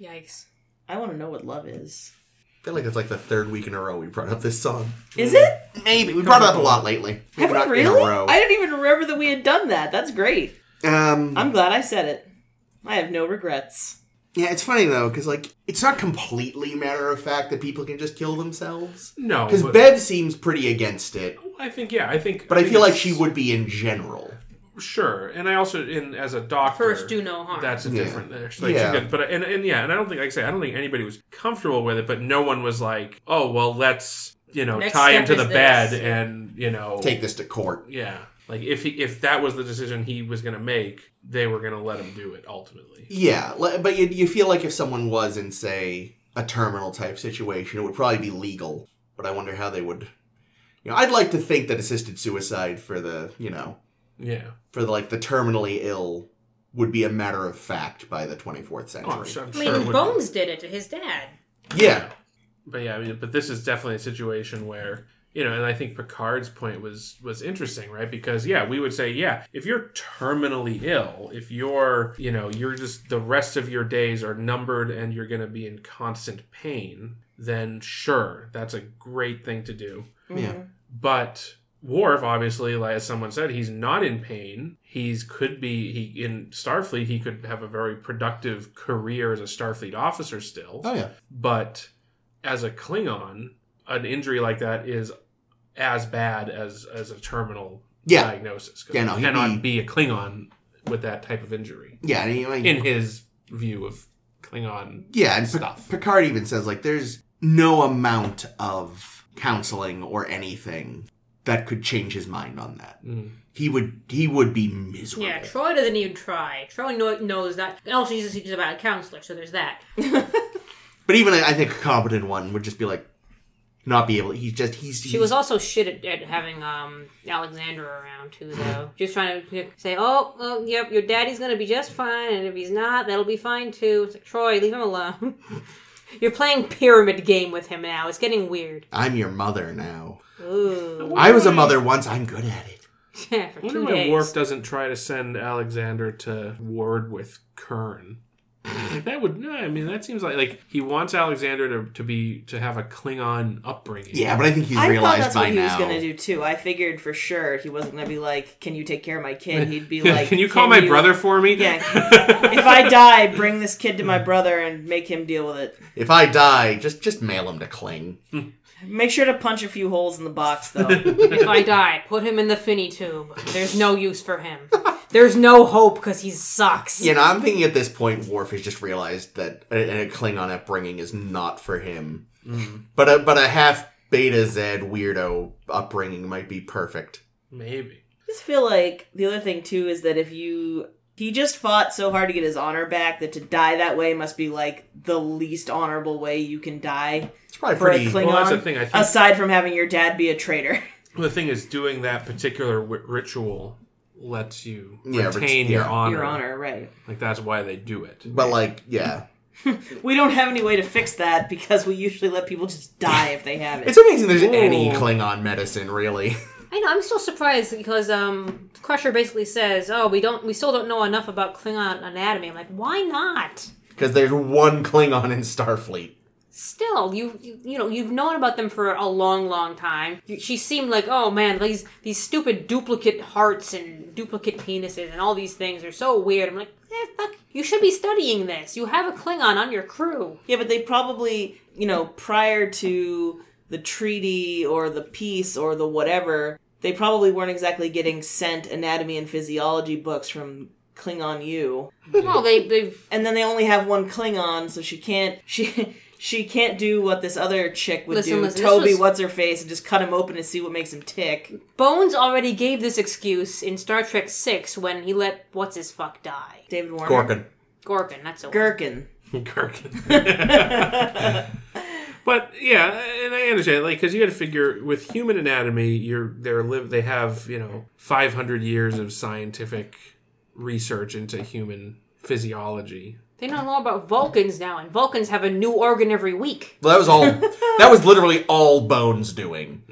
Speaker 3: Yikes.
Speaker 1: I want to know what love is.
Speaker 2: I feel like it's like the third week in a row we brought up this song.
Speaker 1: Is it?
Speaker 2: Maybe we brought it up a lot lately.
Speaker 1: Have
Speaker 2: Mm-hmm. Not
Speaker 1: we
Speaker 2: in a
Speaker 1: really?
Speaker 2: row.
Speaker 1: I didn't even remember that we had done that. That's great.
Speaker 2: um,
Speaker 1: I'm glad I said it. I have no regrets.
Speaker 2: yeah, it's funny though because like it's not completely matter of fact that people can just kill themselves.
Speaker 4: No,
Speaker 2: Because
Speaker 4: but-
Speaker 2: Bev seems pretty against it,
Speaker 4: I think yeah, I think.
Speaker 2: but I
Speaker 4: think
Speaker 2: feel like
Speaker 4: it's-
Speaker 2: she would be in general.
Speaker 4: sure, and I also in as a doctor
Speaker 3: First, do no harm.
Speaker 4: That's a
Speaker 2: Yeah.
Speaker 4: different. there's, Like,
Speaker 2: Yeah.
Speaker 4: yeah. But and and yeah, and I don't think like I say I don't think anybody was comfortable with it, but no one was like, oh well, let's you know
Speaker 3: Next
Speaker 4: tie
Speaker 3: step
Speaker 4: him to
Speaker 3: is
Speaker 4: the
Speaker 3: this.
Speaker 4: bed and you know
Speaker 2: Take this to court.
Speaker 4: yeah. Like if he, if that was the decision he was going to make, they were going to let him do it ultimately.
Speaker 2: Yeah, li- but you, you feel like if someone was in say a terminal type situation, it would probably be legal. But I wonder how they would. You know, I'd like to think that assisted suicide for the you know
Speaker 4: Yeah.
Speaker 2: for the, like the terminally ill would be a matter of fact by the 24th century.
Speaker 4: Oh, I'm sure, I'm
Speaker 3: I
Speaker 4: sure it
Speaker 3: mean,
Speaker 4: would-
Speaker 3: Bones did it to his dad.
Speaker 2: Yeah,
Speaker 4: But yeah, I mean, but this is definitely a situation where you know, and I think Picard's point was was interesting, right? Because yeah, we would say yeah, if you're terminally ill, if you're you know you're just the rest of your days are numbered and you're going to be in constant pain, then sure, that's a great thing to do.
Speaker 1: Mm-hmm.
Speaker 2: Yeah.
Speaker 4: But Worf, obviously, like as someone said, he's not in pain. He's could be he in Starfleet. He could have a very productive career as a Starfleet officer still
Speaker 2: oh yeah,
Speaker 4: but as a Klingon, an injury like that is as bad as as a terminal
Speaker 2: Yeah.
Speaker 4: diagnosis. 'Cause
Speaker 2: Yeah, no,
Speaker 4: you
Speaker 2: he'd
Speaker 4: cannot be... a Klingon with that type of injury.
Speaker 2: yeah. And, he- like,
Speaker 4: In his view of Klingon,
Speaker 2: Yeah, and Pic-
Speaker 4: stuff.
Speaker 2: Picard even says like there's no amount of counseling or anything that could change his mind on that.
Speaker 4: Mm.
Speaker 2: He would he would be miserable.
Speaker 3: Yeah, Troy doesn't even try. Troy know, knows that. And also, he's, he's about a counselor, so there's that.
Speaker 2: but even I I think a competent one would just be like not be able. He's just he's,
Speaker 3: She was also shit at, at having um, Alexander around, too, though. She was trying to say, oh, well, yep, your daddy's going to be just fine, and if he's not, that'll be fine, too. It's like, Troy, leave him alone. You're playing pyramid game with him now. It's getting weird.
Speaker 2: I'm your mother now.
Speaker 3: Ooh.
Speaker 2: I was a mother once. I'm good at it.
Speaker 3: Yeah, for
Speaker 4: I wonder
Speaker 3: two
Speaker 4: why
Speaker 3: days.
Speaker 4: Worf doesn't try to send Alexander to ward with Kern. Like that would no, I mean that seems like like he wants Alexander to, to be to have a Klingon upbringing.
Speaker 2: Yeah, but I think he's
Speaker 1: I thought
Speaker 2: realized
Speaker 1: that's
Speaker 2: by
Speaker 1: what he
Speaker 2: now.
Speaker 1: was gonna do too. I figured for sure he wasn't gonna be like, "Can you take care of my kid?" He'd be like,
Speaker 4: can you call my brother for me?
Speaker 1: Yeah. if I die, bring this kid to my brother and make him deal with it.
Speaker 2: If I die, just just mail him to Kling.
Speaker 1: Make sure to punch a few holes in the box though.
Speaker 3: If I die, put him in the finny tube. There's no use for him. There's no hope because he sucks.
Speaker 2: You know, I'm thinking at this point, Worf has just realized that a, a Klingon upbringing is not for him. But a but a half Beta Z weirdo upbringing might be perfect.
Speaker 4: Maybe.
Speaker 1: I just feel like the other thing too is that if you he just fought so hard to get his honor back that to die that way must be like the least honorable way you can die
Speaker 2: It's probably
Speaker 1: for a
Speaker 2: pretty.
Speaker 1: Klingon.
Speaker 4: Well, that's the thing, I think-
Speaker 1: Aside from having your dad be a traitor.
Speaker 4: Well, the thing is, doing that particular w- ritual lets you
Speaker 2: Yeah, rit-
Speaker 4: retain
Speaker 2: yeah.
Speaker 4: your, honor.
Speaker 1: Your honor, right.
Speaker 4: Like that's why they do it.
Speaker 2: but like, yeah,
Speaker 1: We don't have any way to fix that because we usually let people just die if they have it.
Speaker 2: it's amazing. There's any Klingon medicine, really.
Speaker 3: I know. I'm still surprised because um, Crusher basically says, "Oh, we don't. We still don't know enough about Klingon anatomy." I'm like, why not?
Speaker 2: Because there's one Klingon in Starfleet.
Speaker 3: Still, you, you you know you've known about them for a long, long time. You- She seemed like, oh man, these these stupid duplicate hearts and duplicate penises and all these things are so weird. I'm like, eh, fuck. You should be studying this. You have a Klingon on your crew.
Speaker 1: Yeah, but they probably, you know, prior to the treaty or the peace or the whatever, they probably weren't exactly getting sent anatomy and physiology books from Klingon U.
Speaker 3: Well, they they
Speaker 1: And then they only have one Klingon, so she can't she she can't do what this other chick would
Speaker 3: Listen,
Speaker 1: do.
Speaker 3: listen, this
Speaker 1: Toby,
Speaker 3: was-
Speaker 1: what's her face, and just cut him open and see what makes him tick.
Speaker 3: Bones already gave this excuse in Star Trek Six when he let what's his fuck die.
Speaker 1: David Warner.
Speaker 2: Gorkin.
Speaker 3: Gorkin, that's a
Speaker 1: Gherkin.
Speaker 4: Kirk. But yeah, and I understand, like, because you got to figure with human anatomy, you're they're live. They have you know 500 years of scientific research into human physiology.
Speaker 3: They don't know about Vulcans now, and Vulcans have a new organ every week.
Speaker 2: Well, that was all. that was literally all Bones doing.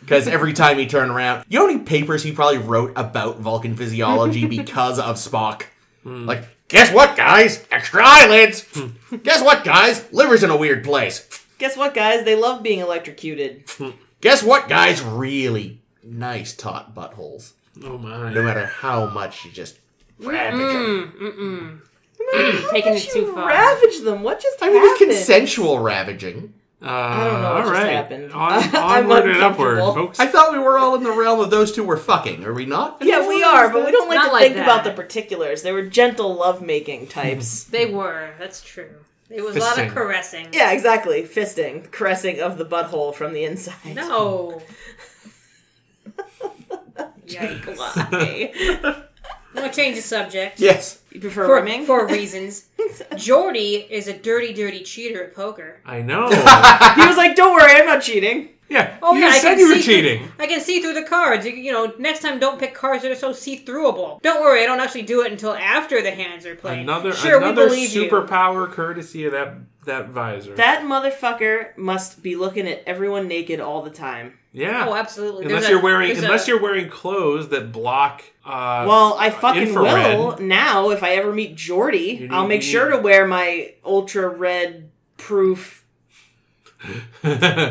Speaker 2: Because every time he turned around, you know how many papers he probably wrote about Vulcan physiology because of Spock? Like, guess what, guys? Extra eyelids! guess what, guys? Liver's in a weird place.
Speaker 1: Guess what, guys? They love being electrocuted.
Speaker 2: Guess what, guys? Really nice taut buttholes.
Speaker 4: Oh
Speaker 2: No
Speaker 4: my!
Speaker 2: matter how much you just ravage them.
Speaker 3: Taking
Speaker 1: Did
Speaker 3: it too
Speaker 1: you
Speaker 3: far.
Speaker 1: ravage them? What just
Speaker 2: I mean,
Speaker 1: happened?
Speaker 2: it's consensual ravaging.
Speaker 4: Uh,
Speaker 1: don't know what
Speaker 4: all
Speaker 1: just
Speaker 4: right.
Speaker 1: happened.
Speaker 4: On,
Speaker 1: I'm
Speaker 4: onward and upward,
Speaker 1: uncomfortable.
Speaker 4: folks.
Speaker 2: I thought we were all in the realm of those two were fucking, are we not?
Speaker 1: Yeah, we are, but we don't like
Speaker 3: Not
Speaker 1: to
Speaker 3: like
Speaker 1: think
Speaker 3: that.
Speaker 1: about the particulars. They were gentle lovemaking types.
Speaker 3: They were. That's true. It was a lot of
Speaker 4: Fisting.
Speaker 3: caressing.
Speaker 1: yeah, exactly. Fisting, caressing of the butthole from the inside.
Speaker 3: No. Yikes.
Speaker 1: Why?
Speaker 3: I'm to change the subject.
Speaker 2: Yes.
Speaker 1: you prefer
Speaker 3: For,
Speaker 1: rimming?
Speaker 3: for reasons. Jordy is a dirty, dirty cheater at poker.
Speaker 4: I know.
Speaker 1: he was like, "Don't worry, I'm not cheating."
Speaker 4: yeah.
Speaker 3: Oh,
Speaker 4: you
Speaker 3: yeah, I
Speaker 4: said
Speaker 3: can
Speaker 4: you were
Speaker 3: see-
Speaker 4: cheating.
Speaker 3: I can see through the cards. You, you know, next time don't pick cards that are so see-throughable. Don't worry, I don't actually do it until after the hands are played.
Speaker 4: Another
Speaker 3: sure,
Speaker 4: another
Speaker 3: we believe you.
Speaker 4: superpower courtesy of that that visor.
Speaker 1: That motherfucker must be looking at everyone naked all the time.
Speaker 4: yeah.
Speaker 3: Oh, absolutely.
Speaker 4: unless
Speaker 3: There's a-
Speaker 4: you're wearing
Speaker 3: there's a-
Speaker 4: unless you're wearing clothes that block. Uh,
Speaker 1: Well, I fucking
Speaker 4: infrared.
Speaker 1: will now if I ever meet Jordy.
Speaker 4: need-
Speaker 1: I'll make
Speaker 4: you
Speaker 1: sure
Speaker 4: need-
Speaker 1: to wear my ultra red proof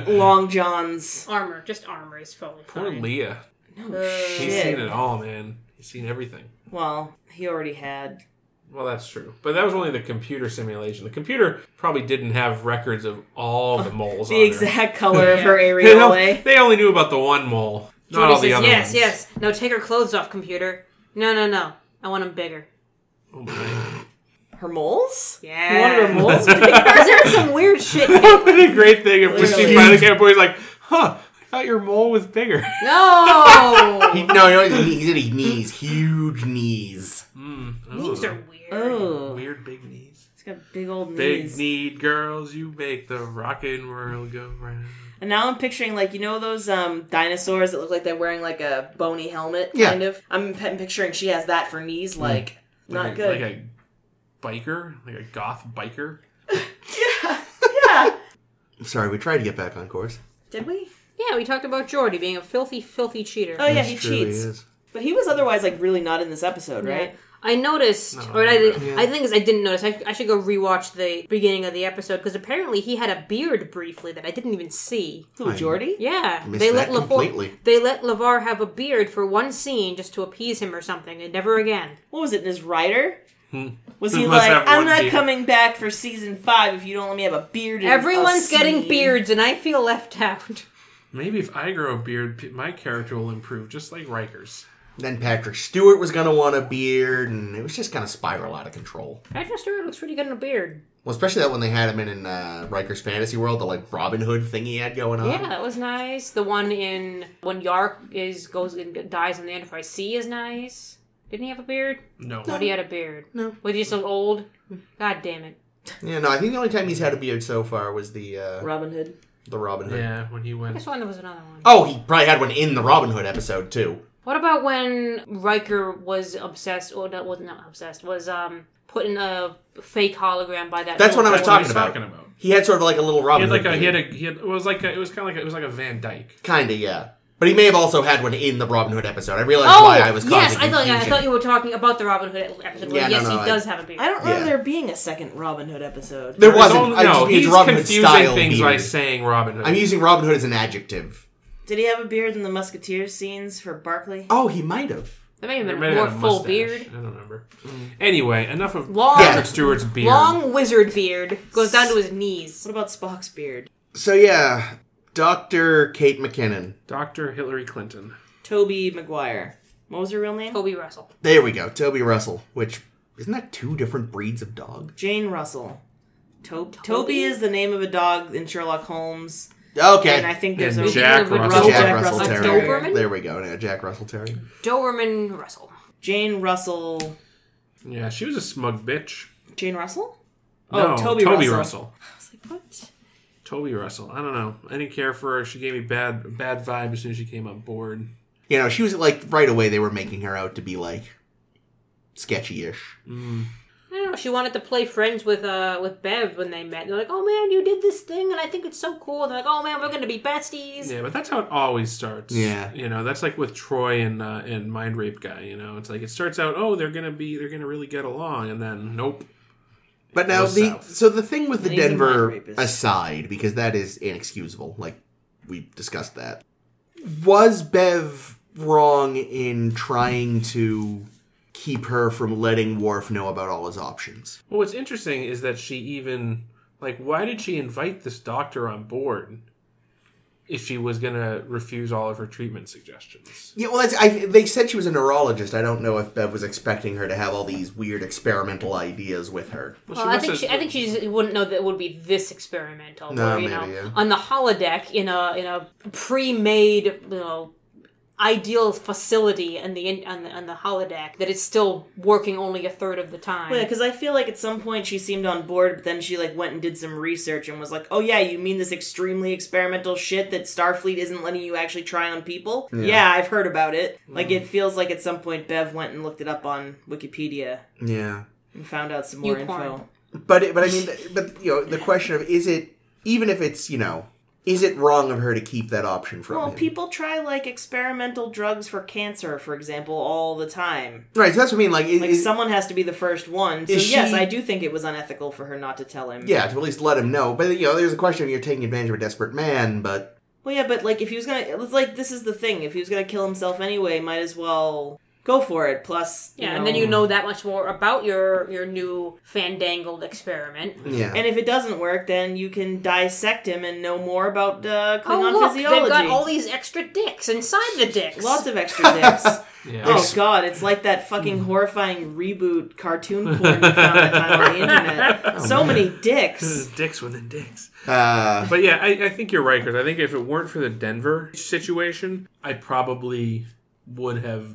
Speaker 1: long johns.
Speaker 3: armor. Just armor is totally
Speaker 4: Poor
Speaker 3: fine.
Speaker 4: Leah.
Speaker 1: No
Speaker 3: Uh,
Speaker 1: shit.
Speaker 4: He's seen it all, man. He's seen everything.
Speaker 1: Well, he already had.
Speaker 4: Well, that's true. But that was only the computer simulation. The computer probably didn't have records of all the moles on
Speaker 1: The
Speaker 4: her.
Speaker 1: exact color of her
Speaker 4: They, only,
Speaker 1: areola.
Speaker 4: they only knew about the one mole, not
Speaker 3: Jordy
Speaker 4: all the
Speaker 3: says,
Speaker 4: other
Speaker 3: yes,
Speaker 4: ones.
Speaker 3: yes. No, take her clothes off, computer. No, no, no. I want them bigger.
Speaker 4: Oh, my.
Speaker 1: Her moles?
Speaker 3: Yeah.
Speaker 1: You wanted her moles bigger?
Speaker 3: Because there's some weird shit.
Speaker 4: That would be a great thing if she
Speaker 1: Literally.
Speaker 4: finally came up and was like, huh, I thought your mole was bigger.
Speaker 3: No.
Speaker 2: He, no, no, he, he said he knees, huge knees.
Speaker 4: Mm, oh.
Speaker 3: Knees are weird.
Speaker 1: Oh,
Speaker 4: Weird big knees.
Speaker 1: it's got big old
Speaker 4: Big
Speaker 1: knees.
Speaker 4: kneed girls, you make the rockin' world go round.
Speaker 1: And now I'm picturing like you know those um dinosaurs that look like they're wearing like a bony helmet
Speaker 2: Yeah.
Speaker 1: kind of. I'm pe- picturing she has that for knees, like not
Speaker 4: like a,
Speaker 1: good.
Speaker 4: Like a biker, like a goth biker.
Speaker 1: yeah.
Speaker 2: I'm sorry, we tried to get back on course.
Speaker 1: Did we?
Speaker 3: Yeah, we talked about Jordy being a filthy, filthy cheater.
Speaker 1: Oh yeah,
Speaker 2: That's
Speaker 1: he
Speaker 2: true,
Speaker 1: cheats.
Speaker 2: is.
Speaker 1: But he was otherwise like really not in this episode,
Speaker 3: Yeah.
Speaker 1: right?
Speaker 3: I noticed,
Speaker 4: No,
Speaker 3: or I,
Speaker 4: no,
Speaker 3: did, I think is I didn't notice. I, I should go rewatch the beginning of the episode because apparently he had a beard briefly that I didn't even see.
Speaker 1: Who,
Speaker 2: I-
Speaker 1: Jordy?
Speaker 3: Yeah,
Speaker 2: Missed
Speaker 3: they let
Speaker 2: that
Speaker 3: Lavar
Speaker 2: completely.
Speaker 3: they let Lavar have a beard for one scene just to appease him or something, and never again.
Speaker 1: What was it in his rider? Was he
Speaker 4: Let's
Speaker 1: like,
Speaker 4: have
Speaker 1: I'm
Speaker 4: one
Speaker 1: not
Speaker 4: beard."
Speaker 1: coming back for season five if you don't let me have a beard? in a
Speaker 3: Everyone's getting
Speaker 1: scene."
Speaker 3: beards, and I feel left out.
Speaker 4: Maybe if I grow a beard, p- my character will improve, just like Riker's.
Speaker 2: Then Patrick Stewart was gonna want a beard, and it was just kind of spiral out of control.
Speaker 3: Patrick Stewart looks pretty good in a beard.
Speaker 2: Well, especially that when they had him in, in uh, Riker's Fantasy World, the like Robin Hood thing he had going on.
Speaker 3: Yeah, that was nice. The one in when Yark is goes and dies on the Enterprise C is nice. Didn't he have a beard?
Speaker 4: No.
Speaker 3: Thought he had a beard.
Speaker 2: No.
Speaker 3: Was he just so old? God damn it.
Speaker 2: Yeah, no, I think the only time he's had a beard so far was the uh,
Speaker 1: Robin Hood.
Speaker 2: the Robin Hood.
Speaker 4: Yeah, when he
Speaker 3: I
Speaker 4: went.
Speaker 3: saw there was another one.
Speaker 2: Oh, he probably had one in the Robin Hood episode too.
Speaker 3: What about when Riker was obsessed, or that wasn't not obsessed, was um put in a fake hologram by that.
Speaker 2: That's
Speaker 3: old
Speaker 2: what I was
Speaker 4: That's
Speaker 2: talking
Speaker 4: he's
Speaker 2: about.
Speaker 4: talking about.
Speaker 2: He had sort of like a little
Speaker 4: He
Speaker 2: Robin
Speaker 4: had like a
Speaker 2: Hood.
Speaker 4: he had a he had it was like a, it was kind of like a, it was like a Van Dyke.
Speaker 2: Kinda, yeah. But he may have also had one in the Robin Hood episode. I realized
Speaker 3: Oh,
Speaker 2: why I was causing
Speaker 3: yes, I thought, I
Speaker 2: confusion.
Speaker 3: thought you were talking about the Robin Hood episode. where
Speaker 2: Yeah, no,
Speaker 3: yes,
Speaker 2: no,
Speaker 3: he
Speaker 2: I-
Speaker 3: does have a beard.
Speaker 1: I don't remember
Speaker 2: Yeah.
Speaker 1: there being a second Robin Hood episode.
Speaker 2: There wasn't.
Speaker 4: Don't-
Speaker 2: I
Speaker 4: no,
Speaker 2: just used
Speaker 4: he's
Speaker 2: Robin Hood
Speaker 4: confusing
Speaker 2: style
Speaker 4: things by
Speaker 2: beard.
Speaker 4: saying Robin Hood.
Speaker 2: I'm using Robin Hood as an adjective.
Speaker 1: Did he have a beard in the Musketeers scenes for Barclay?
Speaker 2: Oh, he might have.
Speaker 3: That may have
Speaker 4: There
Speaker 3: been a
Speaker 4: might
Speaker 3: more
Speaker 4: have been a
Speaker 3: full
Speaker 4: mustache.
Speaker 3: beard.
Speaker 4: I don't remember. Anyway, enough of
Speaker 3: Long-
Speaker 4: Patrick Stewart's beard.
Speaker 3: Long wizard beard goes down to his knees.
Speaker 1: What about Spock's beard?
Speaker 2: So yeah, Doctor Kate McKinnon.
Speaker 4: Doctor Hillary Clinton.
Speaker 1: Toby Maguire. What was her real name?
Speaker 3: Kobe Russell.
Speaker 2: There we go. Toby Russell. Which isn't that two different breeds of dog?
Speaker 1: Jane Russell. To- Toby?
Speaker 3: Toby?
Speaker 1: is the name of a dog in Sherlock Holmes, and I
Speaker 2: Okay.
Speaker 1: think there's
Speaker 4: And
Speaker 1: a
Speaker 4: Jack- Russell.
Speaker 2: Jack,
Speaker 1: Jack
Speaker 2: Russell,
Speaker 1: Russell
Speaker 2: Terrier.
Speaker 3: Terrier.
Speaker 2: There we go. Now Jack Russell Terrier.
Speaker 3: Doberman Russell.
Speaker 1: Jane Russell.
Speaker 4: Yeah, she was a smug bitch.
Speaker 1: Jane Russell?
Speaker 4: no, Oh, Toby Russell.
Speaker 1: I was like, what?
Speaker 4: Toby Russell. I don't know. I didn't care for her. She gave me bad bad vibe as soon as she came on board.
Speaker 2: You know, she was like right away. They were making her out to be like sketchy-ish.
Speaker 3: I don't know. She wanted to play friends with uh with Bev when they met. They're like, "Oh man, you did this thing, and I think it's so cool." They're like, "Oh man, we're gonna be besties."
Speaker 4: Yeah, but that's how it always starts.
Speaker 2: Yeah.
Speaker 4: you know that's like with Troy and uh, and Mind Rape guy. You know, it's like it starts out oh they're gonna be they're gonna really get along and then nope.
Speaker 2: But now
Speaker 4: Goes
Speaker 2: the
Speaker 4: south.
Speaker 2: so the thing with the
Speaker 1: He's a
Speaker 2: Denver
Speaker 1: mind rapist.
Speaker 2: aside because that is inexcusable. Like we discussed that. Was Bev wrong in trying to keep her from letting Worf know about all his options?
Speaker 4: Well, what's interesting is that she even like why did she invite this doctor on board if she was gonna refuse all of her treatment suggestions?
Speaker 2: Yeah, well, that's, I, they said she was a neurologist. I don't know if Bev was expecting her to have all these weird experimental ideas with her.
Speaker 3: Well, I think she, I think she just wouldn't know that it would be this experimental.
Speaker 2: No,
Speaker 3: where, you
Speaker 2: maybe,
Speaker 3: know,
Speaker 2: yeah.
Speaker 3: on the holodeck in a in a pre-made you know ideal facility in the in, on the on the holodeck that it's still working only a third of the time.
Speaker 1: Yeah, because I feel like at some point she seemed on board, but then she like went and did some research and was like, "Oh yeah, you mean this extremely experimental shit that Starfleet isn't letting you actually try on people?" Yeah, I've heard about it. Like it feels like at some point Bev went and looked it up on Wikipedia
Speaker 2: Yeah,
Speaker 1: and found out some more
Speaker 3: Ucorn.
Speaker 1: info.
Speaker 2: but it, but I mean, but you know, the question of is it even if it's you know, is it wrong of her to keep that option from
Speaker 1: Well,
Speaker 2: him?
Speaker 1: people try like experimental drugs for cancer, for example, all the time.
Speaker 2: right, so that's what I mean. Like, is,
Speaker 1: Like
Speaker 2: is-
Speaker 1: someone has to be the first one. So
Speaker 2: Is
Speaker 1: yes,
Speaker 2: she-
Speaker 1: I do think it was unethical for her not to tell him.
Speaker 2: yeah, to at least let him know. But you know, there's a question: you're taking advantage of a desperate man, but
Speaker 1: Well, yeah, but like if he was gonna, it was like this is the thing. If he was gonna kill himself anyway, might as well go for it. Plus, you
Speaker 3: yeah,
Speaker 1: know,
Speaker 3: and then you know that much more about your your new fandangled experiment.
Speaker 2: yeah,
Speaker 1: And if it doesn't work, then you can dissect him and know more about uh, Klingon
Speaker 3: oh look,
Speaker 1: physiology.
Speaker 3: they've got all these extra dicks inside the dicks.
Speaker 1: Lots of extra dicks.
Speaker 4: Yeah.
Speaker 1: oh god, it's like that fucking horrifying reboot cartoon porn we found that time on the internet.
Speaker 2: Oh,
Speaker 1: so many dicks.
Speaker 4: dicks within dicks.
Speaker 2: uh,
Speaker 4: But yeah, I, I think you're right, Chris. I think if it weren't for the Denver situation, I probably would have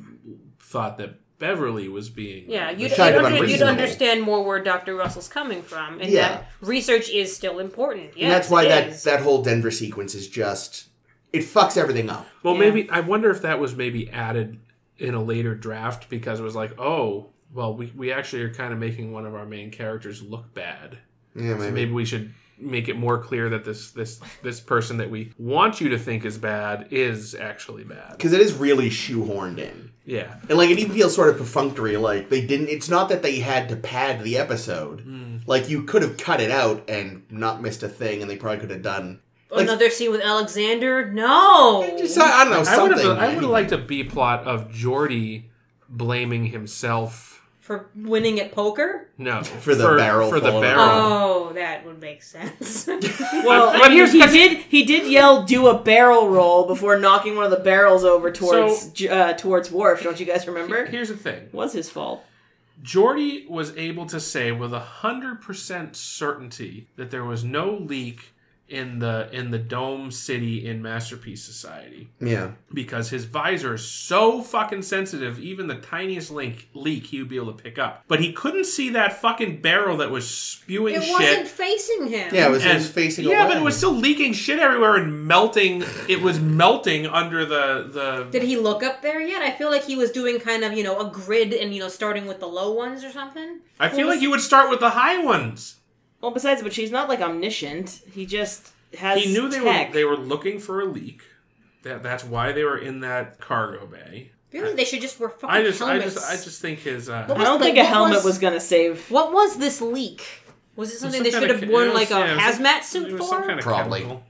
Speaker 4: thought that Beverly was being.
Speaker 3: Yeah, you'd, you'd,
Speaker 2: Kind of
Speaker 3: under, you'd
Speaker 2: unreasonable.
Speaker 3: understand more where Dr. Russell's coming from, and
Speaker 2: Yeah.
Speaker 3: that research is still important. Yes,
Speaker 2: and that's why
Speaker 3: it
Speaker 2: that
Speaker 3: is.
Speaker 2: that whole Denver sequence is just it fucks everything up.
Speaker 4: Well,
Speaker 1: Yeah.
Speaker 4: maybe I wonder if that was maybe added in a later draft because it was like, oh, well, we we actually are kind of making one of our main characters look bad.
Speaker 2: Yeah,
Speaker 4: So
Speaker 2: maybe.
Speaker 4: maybe we should make it more clear that this this this person that we want you to think is bad is actually bad.
Speaker 2: Because it is really shoehorned in.
Speaker 4: Yeah.
Speaker 2: And like it even feels sort of perfunctory, like they didn't it's not that they had to pad the episode.
Speaker 4: Hmm.
Speaker 2: Like you could have cut it out and not missed a thing and they probably could have done like-
Speaker 3: Another scene with Alexander? No!
Speaker 2: just I don't know,
Speaker 4: I would
Speaker 2: something.
Speaker 4: have I would have liked a B plot of Jordy blaming himself.
Speaker 3: For winning at poker?
Speaker 4: No,
Speaker 2: For the barrel
Speaker 4: For the
Speaker 2: falling
Speaker 4: barrel.
Speaker 2: over.
Speaker 3: Oh, that would make sense.
Speaker 1: Well,
Speaker 4: But
Speaker 1: I mean,
Speaker 4: here's-
Speaker 1: he did he did yell "do a barrel roll" before knocking one of the barrels over towards
Speaker 4: So-
Speaker 1: J- uh, towards Worf. Don't you guys remember?
Speaker 4: Oh. Here's the thing:
Speaker 1: was his fault.
Speaker 4: Jordy was able to say with a hundred percent certainty that there was no leak in the in the Dome City in Masterpiece Society
Speaker 2: Yeah.
Speaker 4: because his visor is so fucking sensitive, even the tiniest link leak he would be able to pick up. But he couldn't see that fucking barrel that was spewing
Speaker 3: it
Speaker 4: shit.
Speaker 3: wasn't facing him.
Speaker 2: Yeah, it was, it
Speaker 4: and
Speaker 2: was facing
Speaker 4: yeah,
Speaker 2: away.
Speaker 4: but it was still leaking shit everywhere and melting. It was melting under the the.
Speaker 3: Did he look up there yet? I feel like he was doing kind of, you know, a grid and, you know, starting with the low ones or something.
Speaker 4: I feel like you would start with the high ones.
Speaker 1: Well, besides, but she's not like omniscient. He just has.
Speaker 4: He knew they
Speaker 1: tech.
Speaker 4: were they were looking for a leak. That that's why they were in that cargo bay.
Speaker 3: Really? They should just wear fucking
Speaker 4: I just I
Speaker 3: helmets.
Speaker 4: just I just think his uh,
Speaker 1: I don't
Speaker 3: Like,
Speaker 1: think a
Speaker 3: what
Speaker 1: helmet
Speaker 3: was-
Speaker 1: was, gonna save.
Speaker 3: What was this leak? Was it
Speaker 4: some
Speaker 3: something they
Speaker 4: kind
Speaker 3: should
Speaker 4: of
Speaker 3: have
Speaker 4: che-
Speaker 3: worn
Speaker 4: it
Speaker 3: like a
Speaker 4: was- yeah, it was some-
Speaker 3: hazmat suit
Speaker 4: it was
Speaker 3: for?
Speaker 4: some kind of
Speaker 2: Probably.
Speaker 4: chemical.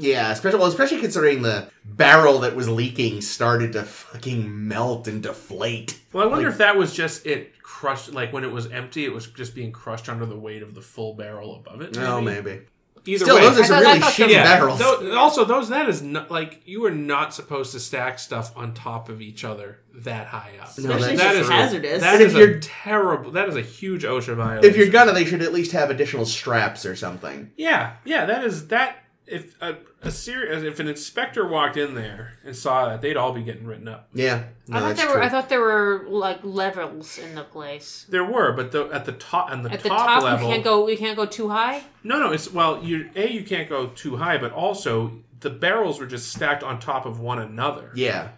Speaker 2: Yeah, especially well, especially considering the barrel that was leaking started to fucking melt and deflate.
Speaker 4: Well, I wonder if that was just it crushed like when it was empty, it was just being crushed under the weight of the full barrel above it.
Speaker 2: No, maybe.
Speaker 4: Either
Speaker 2: Still,
Speaker 4: way,
Speaker 2: those are
Speaker 3: I
Speaker 2: some
Speaker 3: thought- I
Speaker 2: really
Speaker 3: thought
Speaker 2: shitty
Speaker 3: the-
Speaker 2: barrels.
Speaker 4: Tho- also, those that is not like you are not supposed to stack stuff on top of each other that high up.
Speaker 2: No,
Speaker 1: Especially
Speaker 2: that-
Speaker 1: if
Speaker 2: that
Speaker 1: it's
Speaker 2: is-
Speaker 1: hazardous.
Speaker 4: That
Speaker 2: And if
Speaker 4: is
Speaker 2: you're-
Speaker 4: a terrible. That is a huge OSHA violation.
Speaker 2: If you're gonna, they should at least have additional straps or something.
Speaker 4: yeah, yeah, that is that if a, a serious if an inspector walked in there and saw that, they'd all be getting written up.
Speaker 2: Yeah, no,
Speaker 3: I thought
Speaker 2: that's
Speaker 3: there
Speaker 2: true.
Speaker 3: were. I thought there were like levels in the place.
Speaker 4: There were, but the, at the top on the,
Speaker 3: At
Speaker 4: top,
Speaker 3: the top,
Speaker 4: level,
Speaker 3: you can't go. You can't go too high.
Speaker 4: no, no, it's well, you a you can't go too high, but also the barrels were just stacked on top of one another.
Speaker 2: yeah,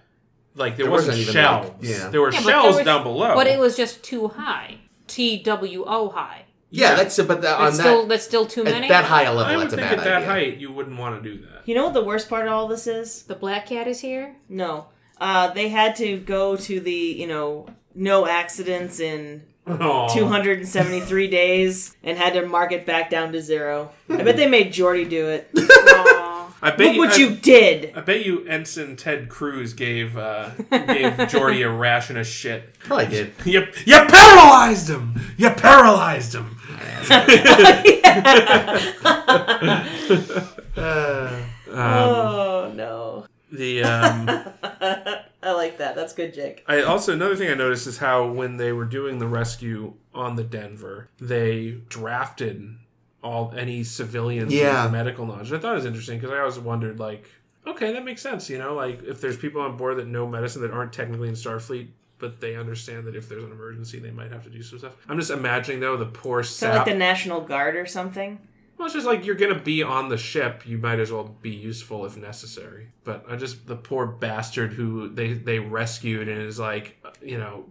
Speaker 4: like there,
Speaker 2: There
Speaker 4: wasn't,
Speaker 2: wasn't even,
Speaker 4: shelves.
Speaker 2: like- yeah.
Speaker 4: There were
Speaker 3: Yeah, but there
Speaker 4: shelves
Speaker 3: was-
Speaker 4: down below.
Speaker 3: But it was just too high. T W O high.
Speaker 2: yeah, that's but that, on
Speaker 3: That's still
Speaker 2: that
Speaker 3: that's still too
Speaker 2: at
Speaker 3: many.
Speaker 2: that high a
Speaker 4: I
Speaker 2: level,
Speaker 4: would
Speaker 2: that's a
Speaker 4: think
Speaker 2: bad
Speaker 4: at that
Speaker 2: idea.
Speaker 4: height you wouldn't want to do that.
Speaker 1: You know what the worst part of all this is?
Speaker 3: The black cat is here.
Speaker 1: No. Uh, they had to go to the, you know, no accidents in
Speaker 4: Aw.
Speaker 1: 273 days and had to mark it back down to zero. I bet they made Jordy do it. Look
Speaker 3: Aw.
Speaker 4: I bet
Speaker 1: what
Speaker 4: I,
Speaker 1: you did!
Speaker 4: I bet you Ensign Ted Cruz gave uh, gave Jordy a ration of shit.
Speaker 2: Probably did.
Speaker 4: You you paralyzed him. You paralyzed him. Um, Uh,
Speaker 1: oh, no.
Speaker 4: The um,
Speaker 1: I like that. That's good, Jake.
Speaker 4: I also another thing I noticed is how when they were doing the rescue on the Denver, they drafted all any civilians
Speaker 2: Yeah.
Speaker 4: with medical knowledge. I thought it was interesting because I always wondered like, okay, that makes sense. You know, like if there's people on board that know medicine that aren't technically in Starfleet. But they understand that if there's an emergency, they might have to do some stuff. I'm just imagining though the poor
Speaker 1: Kind of
Speaker 4: sap.
Speaker 1: like the National Guard or something.
Speaker 4: Well, it's just like you're gonna be on the ship. You might as well be useful if necessary. But I just the poor bastard who they they rescued and is like, you know,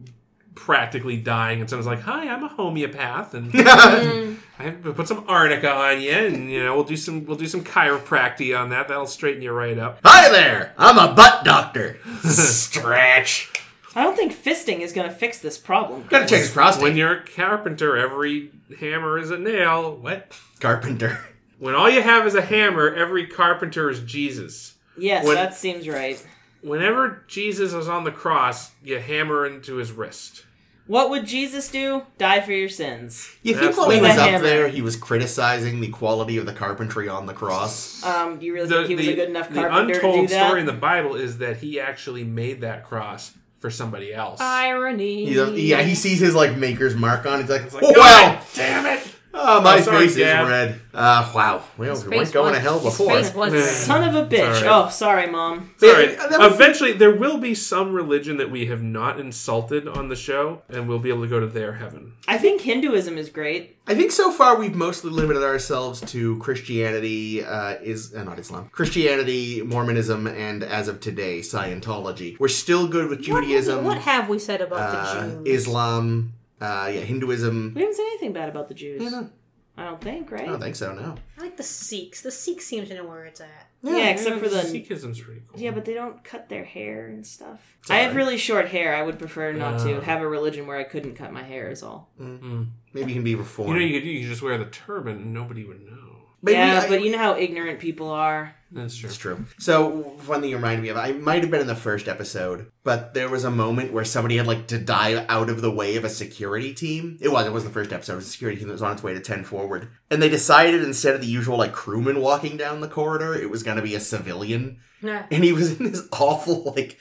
Speaker 4: practically dying. And someone's like, "Hi, I'm a homeopath, and I put some arnica on you, and you know, we'll do some we'll do some chiropractic on that. That'll straighten you right up."
Speaker 2: Hi there, I'm a butt doctor. Stretch.
Speaker 1: I don't think fisting is going to fix this problem.
Speaker 2: Gotta check his prostate.
Speaker 4: When you're a carpenter, every hammer is a nail. What?
Speaker 2: Carpenter.
Speaker 4: When all you have is a hammer, every carpenter is Jesus.
Speaker 1: Yes,
Speaker 4: When-
Speaker 1: that seems right.
Speaker 4: Whenever Jesus was on the cross, you hammer into his wrist.
Speaker 1: What would Jesus do? Die for your sins.
Speaker 2: You think
Speaker 4: That's
Speaker 2: while he
Speaker 1: with
Speaker 2: was
Speaker 1: a
Speaker 2: up
Speaker 1: hammer.
Speaker 2: there, he was criticizing the quality of the carpentry on the cross?
Speaker 1: Um, do you really think he was a good enough
Speaker 4: the
Speaker 1: carpenter to do
Speaker 4: untold
Speaker 1: that?
Speaker 4: story in the Bible is that he actually made that cross for somebody else.
Speaker 3: Irony.
Speaker 2: He's a- yeah, he sees his like maker's mark on. it. He's like,
Speaker 4: It's like,
Speaker 2: oh,
Speaker 4: God
Speaker 2: wow,
Speaker 4: damn it!
Speaker 2: oh, my
Speaker 4: Oh, sorry,
Speaker 2: face
Speaker 4: Dad.
Speaker 2: is red. Uh, wow, well, we weren't going to hell before.
Speaker 3: His face was
Speaker 4: Yeah.
Speaker 1: Son of a bitch.
Speaker 4: Sorry.
Speaker 1: Oh, sorry, mom.
Speaker 4: Sorry.
Speaker 2: Yeah, that was-
Speaker 4: Eventually, there will be some religion that we have not insulted on the show, and we'll be able to go to their heaven.
Speaker 1: I think Hinduism is great.
Speaker 2: I think so far we've mostly limited ourselves to Christianity, uh, is uh, not Islam, Christianity, Mormonism, and as of today, Scientology. We're still good with
Speaker 3: What have we-
Speaker 2: Judaism,
Speaker 3: What have we said about
Speaker 2: uh,
Speaker 3: the Jews?
Speaker 2: Islam, uh, yeah, Hinduism.
Speaker 1: We haven't said anything bad about the Jews.
Speaker 2: no.
Speaker 1: I don't think, right?
Speaker 2: I don't think so. No.
Speaker 3: I like the Sikhs. The Sikhs seem to know where it's at.
Speaker 1: yeah, except for the
Speaker 4: Sikhism's pretty cool.
Speaker 1: yeah, but they don't cut their hair and stuff.
Speaker 2: Sorry.
Speaker 1: I have really short hair. I would prefer not
Speaker 4: Oh.
Speaker 1: to have a religion where I couldn't cut my hair. Is all.
Speaker 2: Maybe you can be reformed.
Speaker 4: you know, you could, you could just wear the turban, and nobody would know.
Speaker 2: Maybe
Speaker 1: yeah,
Speaker 2: I-
Speaker 1: but you know how ignorant people are.
Speaker 4: That's true.
Speaker 2: It's true. So one thing you reminded me of, I might have been in the first episode, but there was a moment where somebody had like to dive out of the way of a security team. It was it was the first episode. It was a security team that was on its way to ten forward, and they decided instead of the usual like crewman walking down the corridor, it was going to be a civilian,
Speaker 3: Nah.
Speaker 2: and he was in this awful like